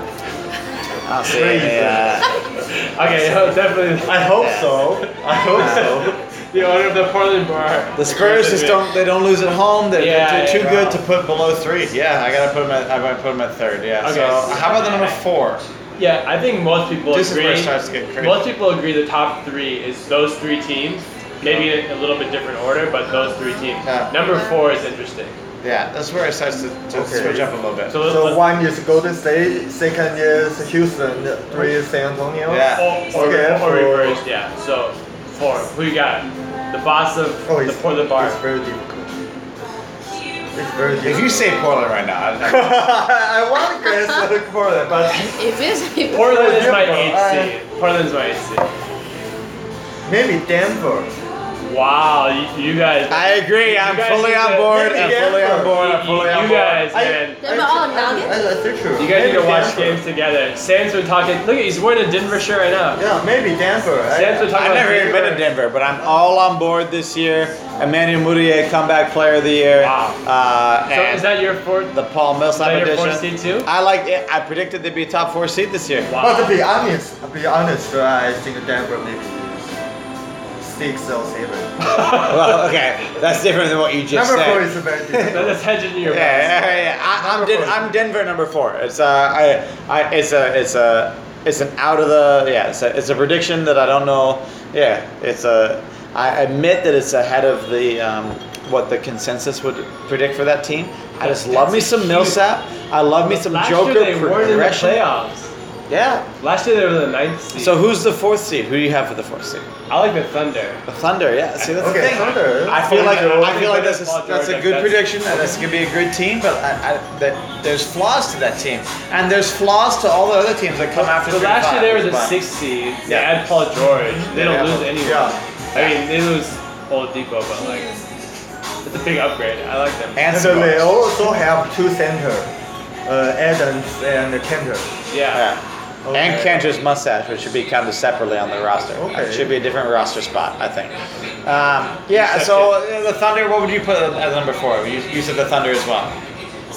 [SPEAKER 2] I'll see. Yeah.
[SPEAKER 1] Okay, no, definitely.
[SPEAKER 4] I hope so. I hope so.
[SPEAKER 1] the owner of the Portland bar.
[SPEAKER 2] The Spurs just don't. They don't lose at home. They're,
[SPEAKER 1] Yeah,
[SPEAKER 2] they're
[SPEAKER 1] yeah,
[SPEAKER 2] too
[SPEAKER 1] yeah.
[SPEAKER 2] good to put below three. Yeah, I gotta put them at. I gotta put them at third. Yeah.
[SPEAKER 1] Okay.
[SPEAKER 2] So how about the number four?
[SPEAKER 1] Yeah, I think most people
[SPEAKER 2] This is
[SPEAKER 1] agree.
[SPEAKER 2] where it starts to get crazy.
[SPEAKER 1] Most people agree the top three is those three teams. Maybe in a little bit different order, but those three teams.
[SPEAKER 2] Yeah.
[SPEAKER 1] Number four is interesting.
[SPEAKER 2] Yeah, that's where it starts to, to
[SPEAKER 4] Okay.
[SPEAKER 2] switch up a little bit.
[SPEAKER 1] So let's,
[SPEAKER 4] So
[SPEAKER 1] let's-
[SPEAKER 4] one is Golden State, second is Houston, three is San Antonio.
[SPEAKER 2] Yeah.
[SPEAKER 1] or, or,
[SPEAKER 4] Okay,
[SPEAKER 1] or
[SPEAKER 4] for-
[SPEAKER 1] reversed, yeah. So four. Who you got? The boss of
[SPEAKER 4] Oh,
[SPEAKER 1] the
[SPEAKER 4] it's,
[SPEAKER 1] Portland bar.
[SPEAKER 4] it's very difficult. It's very difficult.
[SPEAKER 2] if you say Portland right now, I'd- I'd-
[SPEAKER 4] I want to guess Portland, but
[SPEAKER 3] If it's if
[SPEAKER 1] Portland is my
[SPEAKER 4] Denver,
[SPEAKER 1] eighth seed. Portland's my eighth seed.
[SPEAKER 4] maybe Denver.
[SPEAKER 1] Wow, you, you guys.
[SPEAKER 2] I agree. I'm
[SPEAKER 1] guys
[SPEAKER 2] fully
[SPEAKER 1] need
[SPEAKER 2] on
[SPEAKER 1] to-
[SPEAKER 2] board.
[SPEAKER 4] Maybe
[SPEAKER 2] I'm fully on
[SPEAKER 4] Denver.
[SPEAKER 2] board.
[SPEAKER 1] you,
[SPEAKER 2] I'm fully
[SPEAKER 1] you-
[SPEAKER 2] on
[SPEAKER 1] you
[SPEAKER 2] board.
[SPEAKER 1] guys, man.
[SPEAKER 3] Denver
[SPEAKER 4] oh,
[SPEAKER 3] all Nuggets?
[SPEAKER 4] I, I, think true.
[SPEAKER 1] you guys need
[SPEAKER 4] Maybe
[SPEAKER 1] to watch
[SPEAKER 4] Denver.
[SPEAKER 1] games together. Sam's been talking. Look, at he's wearing a Denver shirt right now.
[SPEAKER 4] Yeah, maybe Denver. I-
[SPEAKER 1] Sam's been talking
[SPEAKER 2] I've
[SPEAKER 1] about
[SPEAKER 2] never even been to Denver, but I'm all on board this year. Emmanuel Mudiay, comeback player of the year.
[SPEAKER 1] Wow.
[SPEAKER 2] Uh,
[SPEAKER 1] So
[SPEAKER 2] and
[SPEAKER 1] is that your fourth?
[SPEAKER 2] the Paul Millsap
[SPEAKER 1] is that your
[SPEAKER 2] edition?
[SPEAKER 1] fourth seed too?
[SPEAKER 2] I like it. I predicted they'd be a top four seed this year.
[SPEAKER 4] But to
[SPEAKER 1] Wow.
[SPEAKER 4] be honest, to be honest, uh, I think Denver maybe six or seven.
[SPEAKER 2] Well, okay, that's different than what you just
[SPEAKER 4] Number
[SPEAKER 2] said.
[SPEAKER 4] four is very difficult.
[SPEAKER 1] That's hedging your
[SPEAKER 2] yeah,
[SPEAKER 1] bets.
[SPEAKER 2] yeah, yeah. I, I'm,
[SPEAKER 4] Number
[SPEAKER 2] Den-
[SPEAKER 4] four.
[SPEAKER 2] I'm Denver number four. It's uh, I, I, it's a, it's a, it's an out of the yeah. It's a, it's a prediction that I don't know. Yeah, it's a. I admit that it's ahead of the um, what the consensus would predict for that team. I just love me some Millsap. I love me some
[SPEAKER 1] Last
[SPEAKER 2] Joker
[SPEAKER 1] year they weren't in the
[SPEAKER 2] progression.
[SPEAKER 1] playoffs.
[SPEAKER 2] yeah.
[SPEAKER 1] Last year they were the ninth seed.
[SPEAKER 2] So who's the fourth seed? Who do you have for the fourth seed?
[SPEAKER 1] I like the Thunder.
[SPEAKER 2] The Thunder. Yeah. See, that's the
[SPEAKER 4] Okay,
[SPEAKER 2] thing.
[SPEAKER 4] Thunder.
[SPEAKER 2] I feel like I feel like that's a,
[SPEAKER 1] Paul George,
[SPEAKER 2] that's a
[SPEAKER 1] like,
[SPEAKER 2] good
[SPEAKER 1] that's-
[SPEAKER 2] prediction. That this could be a good team, but I, I, that there's flaws to that team, and there's flaws to all the other teams that come after.
[SPEAKER 1] So
[SPEAKER 2] three to
[SPEAKER 1] last year
[SPEAKER 2] five.
[SPEAKER 1] they were the
[SPEAKER 2] But-
[SPEAKER 1] sixth seed. They
[SPEAKER 2] Yeah.
[SPEAKER 1] add Paul George. They don't
[SPEAKER 2] Yeah.
[SPEAKER 1] lose anyone.
[SPEAKER 4] Yeah.
[SPEAKER 1] I mean, they lose Old Depot, but like, it's a big upgrade. I like them.
[SPEAKER 2] And
[SPEAKER 4] And so they
[SPEAKER 2] Sabonis.
[SPEAKER 4] also have two center, uh, Adams and Cantor.
[SPEAKER 1] yeah.
[SPEAKER 2] Yeah.
[SPEAKER 4] Okay.
[SPEAKER 2] And Cantor's mustache, which should be counted separately on the roster.
[SPEAKER 4] Okay.
[SPEAKER 2] It should be a different roster spot, I think. Um, yeah. So uh, the Thunder. What would you put as number four? You, you said the Thunder as well.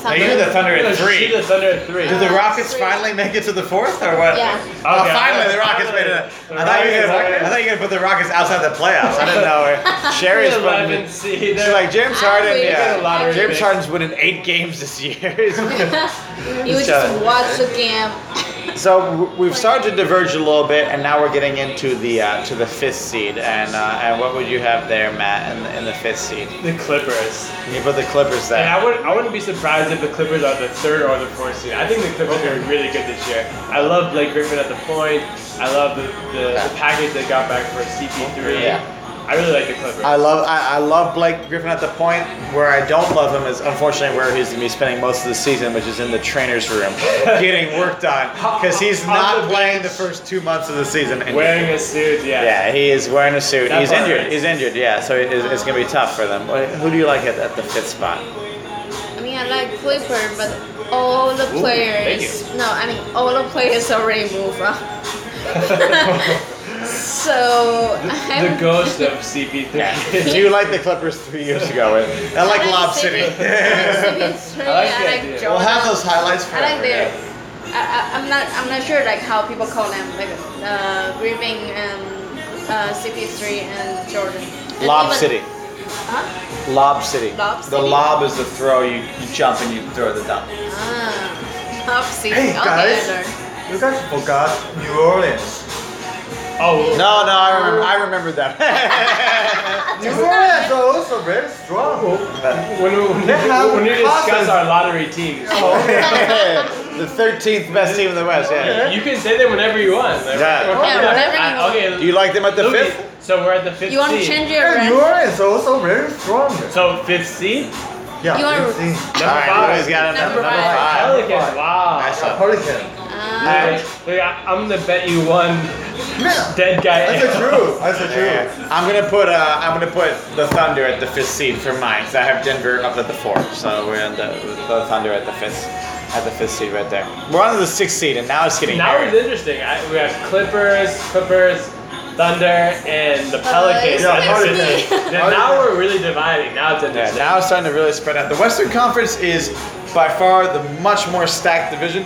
[SPEAKER 2] Now you had the Thunder
[SPEAKER 1] We're
[SPEAKER 2] at
[SPEAKER 1] gonna
[SPEAKER 2] three.
[SPEAKER 1] shoot the Thunder at three.
[SPEAKER 2] Did the Rockets finally make it to the fourth, or what?
[SPEAKER 3] Yeah.
[SPEAKER 2] Oh,
[SPEAKER 1] Okay.
[SPEAKER 2] finally, the Rockets made it. I thought you were gonna, I thought you were gonna put the Rockets outside the playoffs. I didn't know. Sherry's
[SPEAKER 1] They're the
[SPEAKER 2] putting-
[SPEAKER 1] 11th seed.
[SPEAKER 2] She's like James Harden.
[SPEAKER 3] They're
[SPEAKER 1] getting a lot
[SPEAKER 2] Yeah,
[SPEAKER 1] of
[SPEAKER 2] James
[SPEAKER 1] picks.
[SPEAKER 2] Harden's winning eight games this year.
[SPEAKER 3] you would
[SPEAKER 2] Shut
[SPEAKER 3] just watch the game.
[SPEAKER 2] so w- we've started to diverge a little bit, and now we're getting into the uh, to the fifth seed. And uh, and what would you have there, Matt, in the, in the fifth seed?
[SPEAKER 1] the Clippers.
[SPEAKER 2] You put the Clippers
[SPEAKER 1] And
[SPEAKER 2] there.
[SPEAKER 1] I wouldn't, I wouldn't be surprised if the Clippers are the third or the fourth seed. I think the Clippers are really good this year. I love Blake Griffin at the point. I love the, the, the package they got back for CP3.
[SPEAKER 2] Yeah.
[SPEAKER 1] I really like the Clippers.
[SPEAKER 2] I love I, I love Blake Griffin at the point where I don't love him is unfortunately where he's gonna be spending most of the season, which is in the trainer's room, getting worked on because he's
[SPEAKER 1] On
[SPEAKER 2] not
[SPEAKER 1] the
[SPEAKER 2] playing the
[SPEAKER 1] bench.
[SPEAKER 2] first two months of the season. And
[SPEAKER 1] Wearing a suit, yeah.
[SPEAKER 2] yeah, he is wearing a suit.
[SPEAKER 1] That
[SPEAKER 2] he's
[SPEAKER 1] part
[SPEAKER 2] injured.
[SPEAKER 1] hurts.
[SPEAKER 2] He's injured. Yeah, so it, it's, it's gonna be tough for them. Wait, Who do you like at, at the fifth spot?
[SPEAKER 3] I mean, I like Clipper, but all the
[SPEAKER 1] Ooh, thank
[SPEAKER 3] players. No, I mean, all the players already moved up. so,
[SPEAKER 1] The
[SPEAKER 3] I'm,
[SPEAKER 1] ghost of CP3.
[SPEAKER 2] do you like the Clippers three years ago? I like Lob City.
[SPEAKER 3] I like City.
[SPEAKER 1] I like the
[SPEAKER 3] I
[SPEAKER 1] idea.
[SPEAKER 3] like
[SPEAKER 2] We'll have
[SPEAKER 3] Jordan.
[SPEAKER 2] those highlights
[SPEAKER 3] I
[SPEAKER 2] forever.
[SPEAKER 3] like their. I, I, I'm not. I'm not sure like how people call them like uh, Griffin and uh, CP3 and Jordan. And
[SPEAKER 2] Lob
[SPEAKER 3] even-
[SPEAKER 2] City.
[SPEAKER 3] Huh?
[SPEAKER 2] Lob City.
[SPEAKER 3] Lob City.
[SPEAKER 4] The lob is the throw. You, you jump and you throw the dunk.
[SPEAKER 3] Ah, Lob City.
[SPEAKER 4] Hey,
[SPEAKER 3] okay,
[SPEAKER 4] guys.
[SPEAKER 3] sure.
[SPEAKER 4] You guys forgot New Orleans.
[SPEAKER 1] Oh,
[SPEAKER 2] No, no, I remember. I remember that.
[SPEAKER 4] New Orleans are also very strong.
[SPEAKER 1] when, we- when,
[SPEAKER 4] They have
[SPEAKER 1] we- when we discuss
[SPEAKER 4] cousins.
[SPEAKER 1] our lottery teams, oh,
[SPEAKER 2] the 13th best team in the West. Yeah.
[SPEAKER 1] you can say them whenever you want. Like,
[SPEAKER 2] Yeah.
[SPEAKER 1] we're
[SPEAKER 3] Yeah,
[SPEAKER 1] coming up-
[SPEAKER 3] whatever you
[SPEAKER 1] I-
[SPEAKER 3] want.
[SPEAKER 1] Okay,
[SPEAKER 2] Do you like them at the
[SPEAKER 1] Lucas,
[SPEAKER 2] fifth?
[SPEAKER 1] So we're at the fifth
[SPEAKER 3] You want to
[SPEAKER 1] seed.
[SPEAKER 3] change your
[SPEAKER 4] Yeah, New
[SPEAKER 3] rank?
[SPEAKER 4] Orleans are also very strong.
[SPEAKER 1] So fifth seed,
[SPEAKER 4] Yeah,
[SPEAKER 3] You are-
[SPEAKER 4] you see.
[SPEAKER 1] number
[SPEAKER 2] All right,
[SPEAKER 1] five.
[SPEAKER 2] Louis got it.
[SPEAKER 3] Number
[SPEAKER 2] Number
[SPEAKER 3] five.
[SPEAKER 2] five.
[SPEAKER 1] Pelicans. Wow.
[SPEAKER 2] Nice.
[SPEAKER 4] Yeah, Hurricane.
[SPEAKER 3] Ah,
[SPEAKER 1] Dude, dude, I, I'm gonna bet you one
[SPEAKER 4] Yeah.
[SPEAKER 1] dead guy.
[SPEAKER 4] That's the truth. That's the truth.
[SPEAKER 2] Yeah. I'm gonna put uh, I'm gonna put the Thunder at the fifth seed for mine. 'cause I have Denver up at the four, so we're in the, the Thunder at the fifth at the fifth seed right there. We're on to the sixth seed, and now it's getting
[SPEAKER 1] Now
[SPEAKER 2] hairy.
[SPEAKER 1] it's interesting. I, we have Clippers, Clippers, Thunder, and the Pelicans.
[SPEAKER 4] yeah,
[SPEAKER 1] That's
[SPEAKER 4] Hurricane.
[SPEAKER 1] interesting. Then
[SPEAKER 4] Hurricane.
[SPEAKER 1] now we're really dividing. Now it's
[SPEAKER 2] Yeah,
[SPEAKER 1] interesting.
[SPEAKER 2] now it's starting to really spread out. The Western Conference is by far the much more stacked division,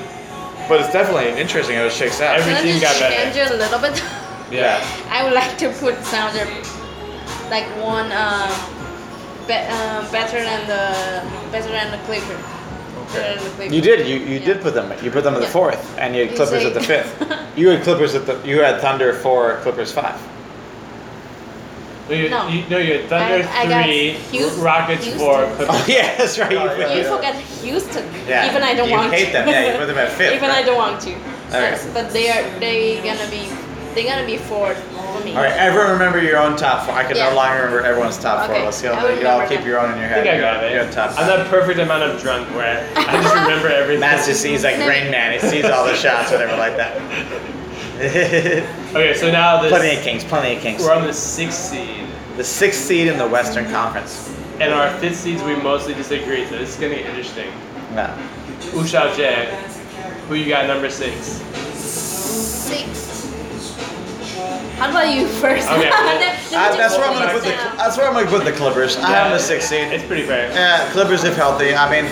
[SPEAKER 2] but it's definitely interesting how it shakes out.
[SPEAKER 1] Every-
[SPEAKER 3] can I
[SPEAKER 1] team got
[SPEAKER 3] just
[SPEAKER 1] better.
[SPEAKER 3] change it a little bit?
[SPEAKER 2] yeah.
[SPEAKER 3] I would like to put Sounder like one um, be- um, better than the better than the Clipper. Better than the Clipper.
[SPEAKER 2] You did. You, you did put them. You put them at the
[SPEAKER 3] Yeah.
[SPEAKER 2] fourth, and you had
[SPEAKER 3] You
[SPEAKER 2] Clippers at the
[SPEAKER 3] say-
[SPEAKER 2] fifth. You had Clippers at the. You had Thunder four, Clippers five.
[SPEAKER 1] No, you,
[SPEAKER 3] No.
[SPEAKER 1] you, no, you had Thunder
[SPEAKER 3] I- I got
[SPEAKER 1] three,
[SPEAKER 3] Houston-
[SPEAKER 1] Rockets
[SPEAKER 3] Houston.
[SPEAKER 1] four, Clippers.
[SPEAKER 2] Oh yeah, that's right.
[SPEAKER 4] Oh,
[SPEAKER 2] put-
[SPEAKER 4] yeah.
[SPEAKER 3] You forget Houston.
[SPEAKER 2] Yeah.
[SPEAKER 3] Even I don't
[SPEAKER 2] You
[SPEAKER 3] want
[SPEAKER 2] hate
[SPEAKER 3] to.
[SPEAKER 2] them. Yeah, you put them at fifth,
[SPEAKER 3] Even
[SPEAKER 2] right?
[SPEAKER 3] I don't want to.
[SPEAKER 2] right.
[SPEAKER 3] So- But they are they gonna be they gonna be fourth for me.
[SPEAKER 2] All right, everyone remember your own top four. I can
[SPEAKER 3] Yeah.
[SPEAKER 2] no longer remember everyone's top four.
[SPEAKER 3] Okay,
[SPEAKER 2] Let's go.
[SPEAKER 3] I will
[SPEAKER 2] You can all
[SPEAKER 3] remember
[SPEAKER 2] keep
[SPEAKER 3] that.
[SPEAKER 2] your own in your
[SPEAKER 1] I
[SPEAKER 2] head.
[SPEAKER 1] think I
[SPEAKER 2] Your-
[SPEAKER 1] got it.
[SPEAKER 2] Your top
[SPEAKER 1] I'm
[SPEAKER 2] four.
[SPEAKER 1] that perfect amount of drunk where I just remember everything.
[SPEAKER 2] Matt's just he's like Rain Man. He sees all the shots, whatever, like that.
[SPEAKER 1] Okay, so now this
[SPEAKER 2] plenty of kings. Plenty of kings.
[SPEAKER 1] we're on the sixth seed,
[SPEAKER 2] The sixth seed in the Western Conference.
[SPEAKER 1] and our fifth seeds we mostly disagree. So this is gonna get interesting.
[SPEAKER 2] No.
[SPEAKER 1] Wu Xiao Jie, who you got number six?
[SPEAKER 3] Six. How about you first?
[SPEAKER 1] Okay.
[SPEAKER 3] Then- then
[SPEAKER 2] Uh,
[SPEAKER 3] we
[SPEAKER 2] that's
[SPEAKER 3] just
[SPEAKER 2] where I'm gonna
[SPEAKER 3] go
[SPEAKER 2] put the.
[SPEAKER 3] down.
[SPEAKER 2] That's where I'm gonna put the Clippers. I have the sixth seed.
[SPEAKER 1] It's pretty fair.
[SPEAKER 2] Yeah, Uh, Clippers if healthy. I mean,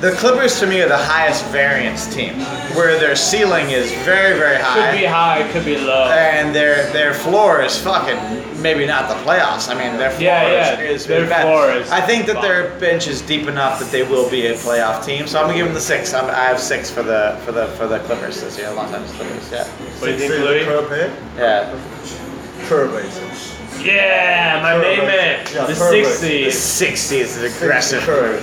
[SPEAKER 2] the Clippers to me are the highest variance team, where their ceiling is very, very
[SPEAKER 1] Could be
[SPEAKER 2] high,
[SPEAKER 1] high, could be low.
[SPEAKER 2] and their their floor is fucking maybe not the playoffs. I mean, their floor
[SPEAKER 1] Yeah,
[SPEAKER 2] is-
[SPEAKER 1] yeah,
[SPEAKER 2] is, is
[SPEAKER 1] their
[SPEAKER 2] bad.
[SPEAKER 1] floor is
[SPEAKER 2] I think that their bench is deep enough that they will be a playoff team. So I'm gonna give them the six. I'm, I have six for the for the for the Clippers this year. Long time Clippers. Yeah.
[SPEAKER 1] What do you think,
[SPEAKER 4] Six is
[SPEAKER 1] Louis?
[SPEAKER 4] Kirby.
[SPEAKER 2] Yeah.
[SPEAKER 4] Kirby.
[SPEAKER 1] Yeah, my main
[SPEAKER 4] Perfect.
[SPEAKER 1] man,
[SPEAKER 4] Yeah,
[SPEAKER 1] the sixth
[SPEAKER 4] perfect.
[SPEAKER 2] The
[SPEAKER 1] seed.
[SPEAKER 2] six seed is aggressive.
[SPEAKER 4] Kirby.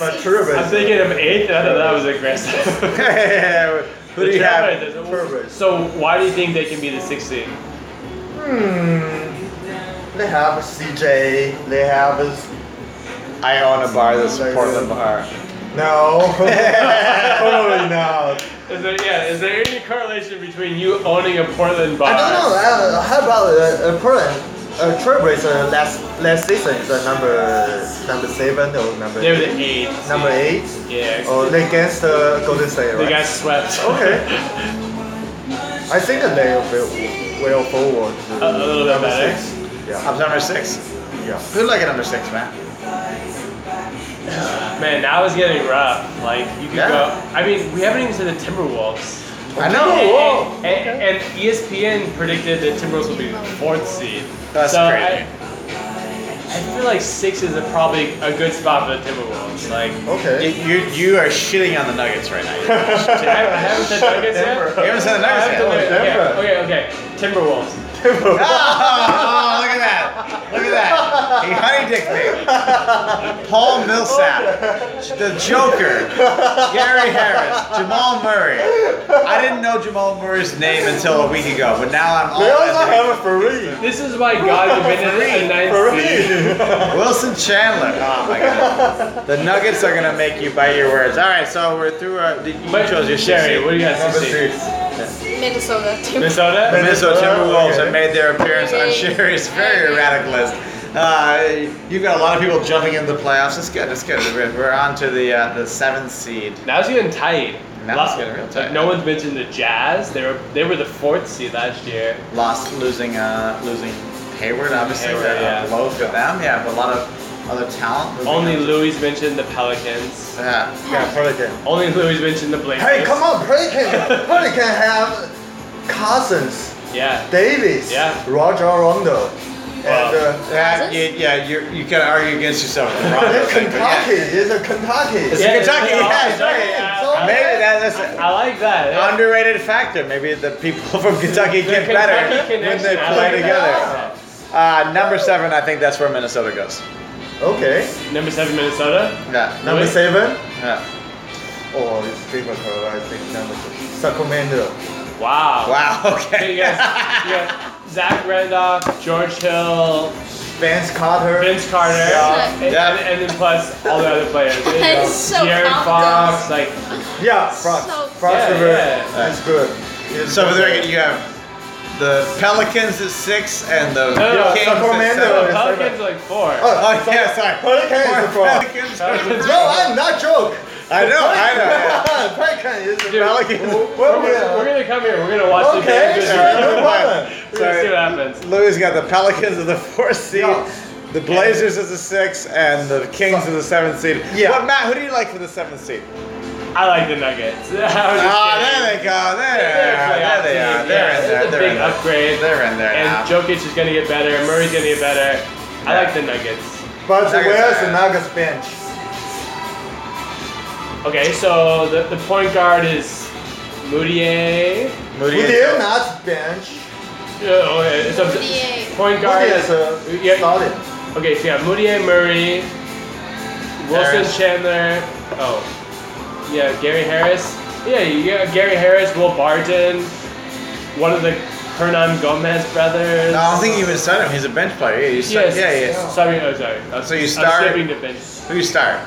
[SPEAKER 4] But Kirby.
[SPEAKER 1] I'm thinking of eighth. I thought that was aggressive.
[SPEAKER 2] Who do
[SPEAKER 1] The
[SPEAKER 2] you have?
[SPEAKER 1] Trailblazers.
[SPEAKER 4] Perfect.
[SPEAKER 1] So why do you think they can be the sixth seed?
[SPEAKER 4] Hmm. They have CJ. They have his.
[SPEAKER 2] I own a bar. This is Portland bar.
[SPEAKER 4] No. totally no.
[SPEAKER 1] Is there yeah? Is there any correlation between you owning a Portland bar?
[SPEAKER 4] I don't know. Uh, how about uh, uh, Portland? Uh, Trailblazer uh, last last season is uh, number number seven or number
[SPEAKER 1] They were the eighth. seed.
[SPEAKER 4] number eight.
[SPEAKER 1] Yeah.
[SPEAKER 4] Or they against uh, Golden State,
[SPEAKER 1] They
[SPEAKER 4] right?
[SPEAKER 1] got swept.
[SPEAKER 4] Okay. I think that they will be well forward. to
[SPEAKER 1] A- a little bit
[SPEAKER 4] number
[SPEAKER 1] better.
[SPEAKER 4] Six. Yeah.
[SPEAKER 2] I'm number six.
[SPEAKER 4] Yeah.
[SPEAKER 2] Who like a number six, man?
[SPEAKER 1] Man, now it's getting rough. Like you could
[SPEAKER 2] Yeah.
[SPEAKER 1] go. I mean, we haven't even said the Timberwolves.
[SPEAKER 2] I
[SPEAKER 1] know. And, and, and E ESPN predicted that Timberwolves will be fourth seed.
[SPEAKER 2] That's
[SPEAKER 1] so
[SPEAKER 2] crazy.
[SPEAKER 1] I, I feel like six is a, probably a good spot for the Timberwolves. Like
[SPEAKER 2] You,
[SPEAKER 4] Okay.
[SPEAKER 2] you, you are shitting on the Nuggets right now.
[SPEAKER 1] I haven't- I haven't said Nuggets yet.
[SPEAKER 4] Denver.
[SPEAKER 2] You haven't said the
[SPEAKER 1] I
[SPEAKER 2] Nuggets
[SPEAKER 1] haven't
[SPEAKER 2] yet.
[SPEAKER 1] said
[SPEAKER 4] Denver.
[SPEAKER 1] Nuggets. Okay, okay, okay. Timberwolves.
[SPEAKER 2] Oh, look at that. Look at that. He honey dicked me. Paul Millsap, the Joker, Gary Harris, Jamal Murray. I didn't know Jamal Murray's name until a week ago, but now I'm all.
[SPEAKER 4] They also
[SPEAKER 2] in.
[SPEAKER 4] have a free.
[SPEAKER 1] This is why God invented the ninth seed.
[SPEAKER 4] Free.
[SPEAKER 2] Wilson Chandler. Oh my god. The Nuggets are gonna make you bite your words. All right, so we're through. Our, did- you
[SPEAKER 1] But
[SPEAKER 2] chose your shit
[SPEAKER 1] Sherry,
[SPEAKER 2] seat.
[SPEAKER 1] what do you guys see?
[SPEAKER 3] Minnesota team.
[SPEAKER 1] Minnesota?
[SPEAKER 2] The Minnesota Timberwolves
[SPEAKER 4] Okay.
[SPEAKER 2] have made their appearance on Sherry's very erratic list. Uh, you've got a lot of people jumping into the playoffs. It's good. It's good. We're, we're on to the uh, the seventh seed.
[SPEAKER 1] Now it's getting tight.
[SPEAKER 2] Now
[SPEAKER 1] Lot-
[SPEAKER 2] it's getting real
[SPEAKER 1] Like
[SPEAKER 2] tight.
[SPEAKER 1] no one's mentioned the Jazz. They were they were the fourth seed last year.
[SPEAKER 2] Lost losing uh, losing Hayward. Obviously,
[SPEAKER 1] Hayward,
[SPEAKER 2] we're
[SPEAKER 1] yeah.
[SPEAKER 2] uh, low for them. Yeah, but a lot of other talent. moving
[SPEAKER 1] Only
[SPEAKER 2] on.
[SPEAKER 1] Louis mentioned the Pelicans.
[SPEAKER 2] Yeah.
[SPEAKER 4] Yeah, Pelican.
[SPEAKER 1] Only Louis mentioned the Blazers.
[SPEAKER 4] Hey, come on, Pelican. Pelican have Cousins,
[SPEAKER 1] Yeah.
[SPEAKER 4] Davis,
[SPEAKER 1] Yeah.
[SPEAKER 4] Roger Rondo, and
[SPEAKER 1] Wow.
[SPEAKER 4] uh,
[SPEAKER 2] Yeah,
[SPEAKER 3] Kansas?
[SPEAKER 2] you, yeah, you're, you kind of argue against yourself. with the Rondo
[SPEAKER 4] it's
[SPEAKER 2] thing, but
[SPEAKER 4] Kentucky. It's a Kentucky.
[SPEAKER 2] It's
[SPEAKER 1] Yeah,
[SPEAKER 2] Kentucky,
[SPEAKER 1] yeah,
[SPEAKER 2] yeah,
[SPEAKER 1] yeah.
[SPEAKER 2] Kentucky.
[SPEAKER 1] Yeah.
[SPEAKER 2] yeah. Maybe that- that's
[SPEAKER 1] I,
[SPEAKER 2] an
[SPEAKER 1] I like that. Yeah.
[SPEAKER 2] underrated factor. Maybe the people from Kentucky
[SPEAKER 1] The
[SPEAKER 2] get
[SPEAKER 1] Kentucky
[SPEAKER 2] better when
[SPEAKER 1] connection,
[SPEAKER 2] they
[SPEAKER 1] I
[SPEAKER 2] play
[SPEAKER 1] like
[SPEAKER 2] together.
[SPEAKER 1] that.
[SPEAKER 2] Uh, number seven, I think that's where Minnesota goes.
[SPEAKER 4] Okay.
[SPEAKER 1] Number seven, Minnesota.
[SPEAKER 2] Yeah,
[SPEAKER 4] Number
[SPEAKER 1] Really?
[SPEAKER 4] seven.
[SPEAKER 2] yeah.
[SPEAKER 4] Oh, it's difficult. I think number seven. Sacramento.
[SPEAKER 1] Wow.
[SPEAKER 2] Wow. Okay.
[SPEAKER 1] Okay, you guys, you got Zach Randolph, George Hill,
[SPEAKER 4] Vance Carter.
[SPEAKER 1] Vince Carter,
[SPEAKER 4] Yeah.
[SPEAKER 1] and,
[SPEAKER 2] Yeah.
[SPEAKER 1] and, and then plus all the other players.
[SPEAKER 3] It's so
[SPEAKER 1] De'Aaron
[SPEAKER 3] confident.
[SPEAKER 1] Fox, like
[SPEAKER 4] Yeah, Frost.
[SPEAKER 3] So-
[SPEAKER 4] Frost
[SPEAKER 1] Yeah,
[SPEAKER 4] River.
[SPEAKER 1] yeah.
[SPEAKER 4] That's good. It's
[SPEAKER 2] so for the
[SPEAKER 4] good.
[SPEAKER 2] record, you have the Pelicans at six and the
[SPEAKER 1] No, no,
[SPEAKER 2] Kings
[SPEAKER 4] Oh, Sacramento.
[SPEAKER 2] at seven.
[SPEAKER 1] the Pelicans are like four.
[SPEAKER 2] Oh yeah, sorry.
[SPEAKER 4] Pelicans is
[SPEAKER 2] Poor
[SPEAKER 4] wrong.
[SPEAKER 2] Pelicans.
[SPEAKER 1] Pelicans.
[SPEAKER 4] No, I'm not joke.
[SPEAKER 2] I know. I know. yeah.
[SPEAKER 4] Pelican is
[SPEAKER 1] Dude,
[SPEAKER 2] Pelicans.
[SPEAKER 1] We're, we're, we're gonna come here. We're gonna watch the game.
[SPEAKER 4] Okay,
[SPEAKER 1] Just-
[SPEAKER 4] sure.
[SPEAKER 1] We're
[SPEAKER 4] No problem.
[SPEAKER 1] gonna see what
[SPEAKER 2] Sorry.
[SPEAKER 1] happens.
[SPEAKER 2] Louis got the Pelicans as the fourth seed,
[SPEAKER 4] Yeah.
[SPEAKER 2] the Blazers as the sixth, and the Kings as the seventh seed.
[SPEAKER 4] Yeah.
[SPEAKER 2] What Matt? Who do you like for the seventh seed?
[SPEAKER 1] I like the Nuggets. I was just
[SPEAKER 2] Ah,
[SPEAKER 1] kidding.
[SPEAKER 2] there they go.
[SPEAKER 1] They're
[SPEAKER 2] There, there they
[SPEAKER 1] playoff
[SPEAKER 2] are. They're in
[SPEAKER 1] team, yeah.
[SPEAKER 2] there.
[SPEAKER 1] It's a
[SPEAKER 2] They're in
[SPEAKER 1] big
[SPEAKER 2] there.
[SPEAKER 1] upgrade.
[SPEAKER 2] They're in there now.
[SPEAKER 1] And Jokic is gonna get better. Murray's gonna get better. I like the Nuggets.
[SPEAKER 4] But
[SPEAKER 2] Nuggets
[SPEAKER 4] where's the
[SPEAKER 2] are-
[SPEAKER 4] Nuggets bench?
[SPEAKER 1] Okay, so the, the point guard is Moutier.
[SPEAKER 2] Moody
[SPEAKER 4] Who
[SPEAKER 2] and
[SPEAKER 4] did
[SPEAKER 2] Joe.
[SPEAKER 4] not bench?
[SPEAKER 1] Uh, okay, so
[SPEAKER 3] Moutier.
[SPEAKER 1] point guard.
[SPEAKER 4] Who is uh,
[SPEAKER 1] yeah.
[SPEAKER 4] solid?
[SPEAKER 1] Okay, so yeah, Moutier, Murray, Wilson
[SPEAKER 2] Harris.
[SPEAKER 1] Chandler. Oh, yeah, Gary Harris. Yeah, you got Gary Harris, Will Barton, one of the Hernan Gomez brothers.
[SPEAKER 2] No, I don't think you even start him. He's a bench player. Yeah, you start.
[SPEAKER 1] Yes.
[SPEAKER 2] Yeah, yeah.
[SPEAKER 1] Sorry, oh, sorry. I'm-
[SPEAKER 2] So you
[SPEAKER 1] I'm
[SPEAKER 2] start-
[SPEAKER 1] skipping the bench.
[SPEAKER 2] Who you start?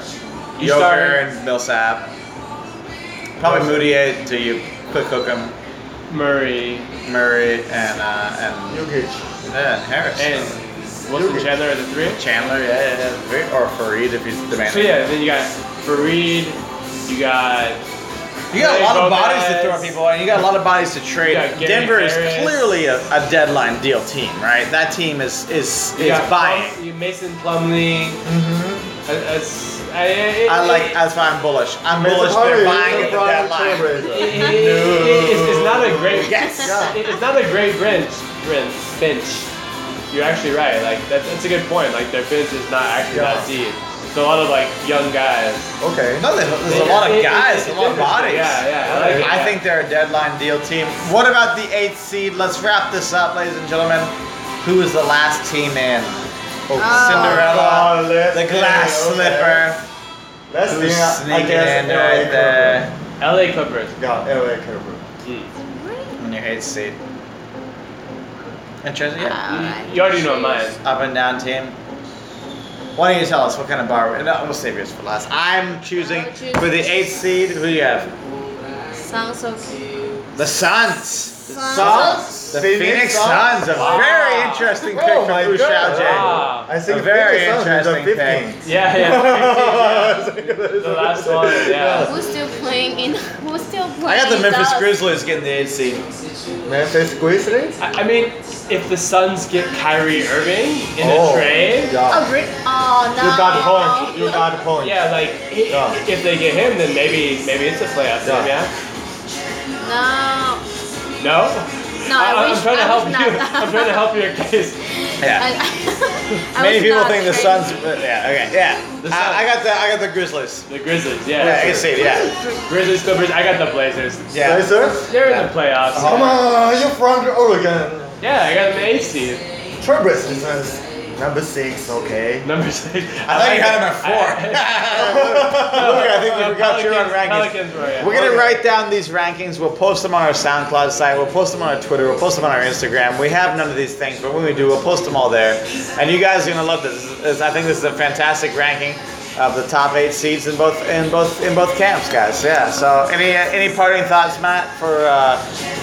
[SPEAKER 1] You
[SPEAKER 2] Joker
[SPEAKER 1] start-
[SPEAKER 2] and Millsap. Probably Moody to you. Quick Hookem,
[SPEAKER 1] Murray
[SPEAKER 2] Murray, and uh, and
[SPEAKER 4] Jokic.
[SPEAKER 2] and Harris.
[SPEAKER 1] and Wilson Chandler are the three.
[SPEAKER 2] Chandler, yeah, yeah, yeah. Very- or Fareed if he's demanding.
[SPEAKER 1] So yeah, then you got Farid. You got
[SPEAKER 2] You got a
[SPEAKER 1] Hey,
[SPEAKER 2] lot of
[SPEAKER 1] Gomez.
[SPEAKER 2] bodies to throw at people, and you got a lot of bodies to trade.
[SPEAKER 1] You got Gary
[SPEAKER 2] Denver
[SPEAKER 1] Harris.
[SPEAKER 2] is clearly a, a deadline deal team, right? That team is is
[SPEAKER 1] you
[SPEAKER 2] is
[SPEAKER 1] got
[SPEAKER 2] buying.
[SPEAKER 1] Plum- you- Mason Plumlee.
[SPEAKER 4] Mm-hmm.
[SPEAKER 1] Uh, that's- I, I-
[SPEAKER 2] I like.
[SPEAKER 1] it-
[SPEAKER 2] That's why I'm bullish. I'm
[SPEAKER 4] Mason
[SPEAKER 2] bullish.
[SPEAKER 4] Plumlee
[SPEAKER 2] They're
[SPEAKER 4] is
[SPEAKER 2] buying at the
[SPEAKER 4] from
[SPEAKER 2] deadline.
[SPEAKER 1] it-
[SPEAKER 4] Trailblazer.
[SPEAKER 1] it- it- it's, it's not a great.
[SPEAKER 2] Yes.
[SPEAKER 4] Yeah.
[SPEAKER 1] it- It's not a great bench. Bench. Bench. You're actually right. Like that, that's a good point. Like their bench is not actually that
[SPEAKER 4] Yeah.
[SPEAKER 1] deep. It's a lot of like young guys.
[SPEAKER 4] Okay.
[SPEAKER 2] No, there- there's a lot of
[SPEAKER 1] It- it-
[SPEAKER 2] guys,
[SPEAKER 1] it's
[SPEAKER 2] a lot of bodies.
[SPEAKER 1] interesting. Yeah, yeah, I like it, yeah.
[SPEAKER 2] think they're a deadline deal team. What about the eighth seed? Let's wrap this up, ladies and gentlemen. Who is the last team in? Oh, Cinderella,
[SPEAKER 4] Oh, God, let's
[SPEAKER 2] the
[SPEAKER 4] see,
[SPEAKER 2] glass
[SPEAKER 4] okay.
[SPEAKER 2] slipper.
[SPEAKER 4] Let's see.
[SPEAKER 2] Who's
[SPEAKER 4] I
[SPEAKER 2] sneaking
[SPEAKER 4] guess
[SPEAKER 2] in
[SPEAKER 4] LA
[SPEAKER 2] right
[SPEAKER 4] Clippers.
[SPEAKER 2] there
[SPEAKER 1] L.A. Clippers.
[SPEAKER 4] Yeah, LA Clippers.
[SPEAKER 1] Mm.
[SPEAKER 2] on your eighth seed? Interesting. Yeah.
[SPEAKER 1] You already know mine.
[SPEAKER 2] Up and down team. Why don't you tell us what kind of bar? We're, no, we'll save yours for last. I'm choosing for the eighth seed. Who do you have?
[SPEAKER 3] Sounds okay.
[SPEAKER 2] The Suns.
[SPEAKER 4] Suns?
[SPEAKER 2] The Phoenix Suns. A
[SPEAKER 1] Wow.
[SPEAKER 2] very interesting pick
[SPEAKER 4] Oh
[SPEAKER 2] from
[SPEAKER 4] my
[SPEAKER 2] Wu
[SPEAKER 4] God.
[SPEAKER 2] Xiaojing.
[SPEAKER 1] Wow.
[SPEAKER 4] I think
[SPEAKER 2] A very
[SPEAKER 4] Phoenix Suns is
[SPEAKER 2] interesting pick.
[SPEAKER 4] the 15.
[SPEAKER 1] Yeah, yeah.
[SPEAKER 4] the
[SPEAKER 1] The last one, yeah.
[SPEAKER 3] Who's still playing in? Who's still playing?
[SPEAKER 2] I got the
[SPEAKER 3] in
[SPEAKER 2] Memphis
[SPEAKER 3] Dallas?
[SPEAKER 2] Grizzlies getting the eighth seed.
[SPEAKER 4] Memphis Grizzlies?
[SPEAKER 1] I I mean, if the Suns get Kyrie Irving in
[SPEAKER 4] Oh,
[SPEAKER 1] a trade, yeah,
[SPEAKER 4] Yeah.
[SPEAKER 3] Oh, Gri- oh no.
[SPEAKER 4] You got point. You got point.
[SPEAKER 1] like i
[SPEAKER 4] Yeah.
[SPEAKER 1] if they get him, then maybe maybe it's a playoff team.
[SPEAKER 4] Yeah.
[SPEAKER 1] Yeah.
[SPEAKER 3] No.
[SPEAKER 1] No.
[SPEAKER 3] No, I,
[SPEAKER 1] I,
[SPEAKER 3] wish.
[SPEAKER 1] am trying to
[SPEAKER 3] I
[SPEAKER 1] help
[SPEAKER 3] wish
[SPEAKER 1] you.
[SPEAKER 3] Not.
[SPEAKER 1] I'm trying to help your case.
[SPEAKER 2] Yeah.
[SPEAKER 3] I, I
[SPEAKER 2] Many
[SPEAKER 3] was
[SPEAKER 2] people
[SPEAKER 3] not
[SPEAKER 2] think the
[SPEAKER 3] crazy.
[SPEAKER 2] Suns. but Yeah. Okay. Yeah.
[SPEAKER 1] The Suns.
[SPEAKER 2] I, I got the I got the Grizzlies.
[SPEAKER 1] The Grizzlies.
[SPEAKER 2] Yeah.
[SPEAKER 1] Yeah.
[SPEAKER 2] Eighth seed. Yeah.
[SPEAKER 1] Grizzlies, Clippers. I got the Blazers.
[SPEAKER 2] Yeah.
[SPEAKER 4] Blazers?
[SPEAKER 1] They're in the playoffs.
[SPEAKER 4] Uh-huh. Come on, you're from Oregon.
[SPEAKER 1] Yeah, I got them eighth seed.
[SPEAKER 4] Trailblazers is Number six, okay.
[SPEAKER 1] Number six.
[SPEAKER 2] I thought you had him at four. Look, I think we forgot your own rankings.
[SPEAKER 1] Pelicans were, yeah.
[SPEAKER 2] We're gonna
[SPEAKER 4] Okay.
[SPEAKER 2] write down these rankings. We'll post them on our SoundCloud site. We'll post them on our Twitter. We'll post them on our Instagram. We have none of these things, but when we do, we'll post them all there. And you guys are gonna love this. This is- I think this is a fantastic ranking of the top eight seeds in both in both in both camps, guys. Yeah. So any any parting thoughts, Matt? For uh,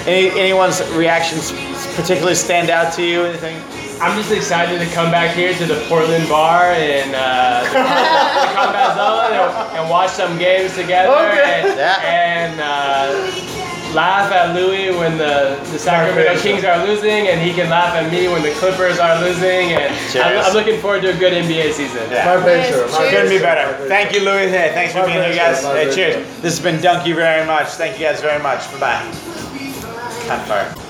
[SPEAKER 2] any anyone's reactions particularly stand out to you? Anything?
[SPEAKER 1] I'm just excited to come back here to the Portland bar and uh, the Combat Zone and, and watch some games together
[SPEAKER 2] Okay.
[SPEAKER 1] and,
[SPEAKER 2] Yeah.
[SPEAKER 1] and uh, laugh at Louis when the, the Sacramento
[SPEAKER 4] Perfect.
[SPEAKER 1] Kings are losing and he can laugh at me when the Clippers are losing and I'm,
[SPEAKER 2] Cheers.
[SPEAKER 1] I'm looking forward to a good NBA season.
[SPEAKER 2] Yeah.
[SPEAKER 4] My pleasure.
[SPEAKER 3] Yes,
[SPEAKER 4] my
[SPEAKER 3] cheers.
[SPEAKER 2] Couldn't be
[SPEAKER 4] pleasure, my
[SPEAKER 2] better.
[SPEAKER 4] pleasure.
[SPEAKER 2] Thank you, Louis. Hey, thanks for
[SPEAKER 4] My
[SPEAKER 2] being here,
[SPEAKER 4] pleasure,
[SPEAKER 2] guys.
[SPEAKER 4] my
[SPEAKER 2] Hey,
[SPEAKER 4] pleasure.
[SPEAKER 2] cheers. This has been Dunky very much. Thank you guys very much. Bye bye. Time fire.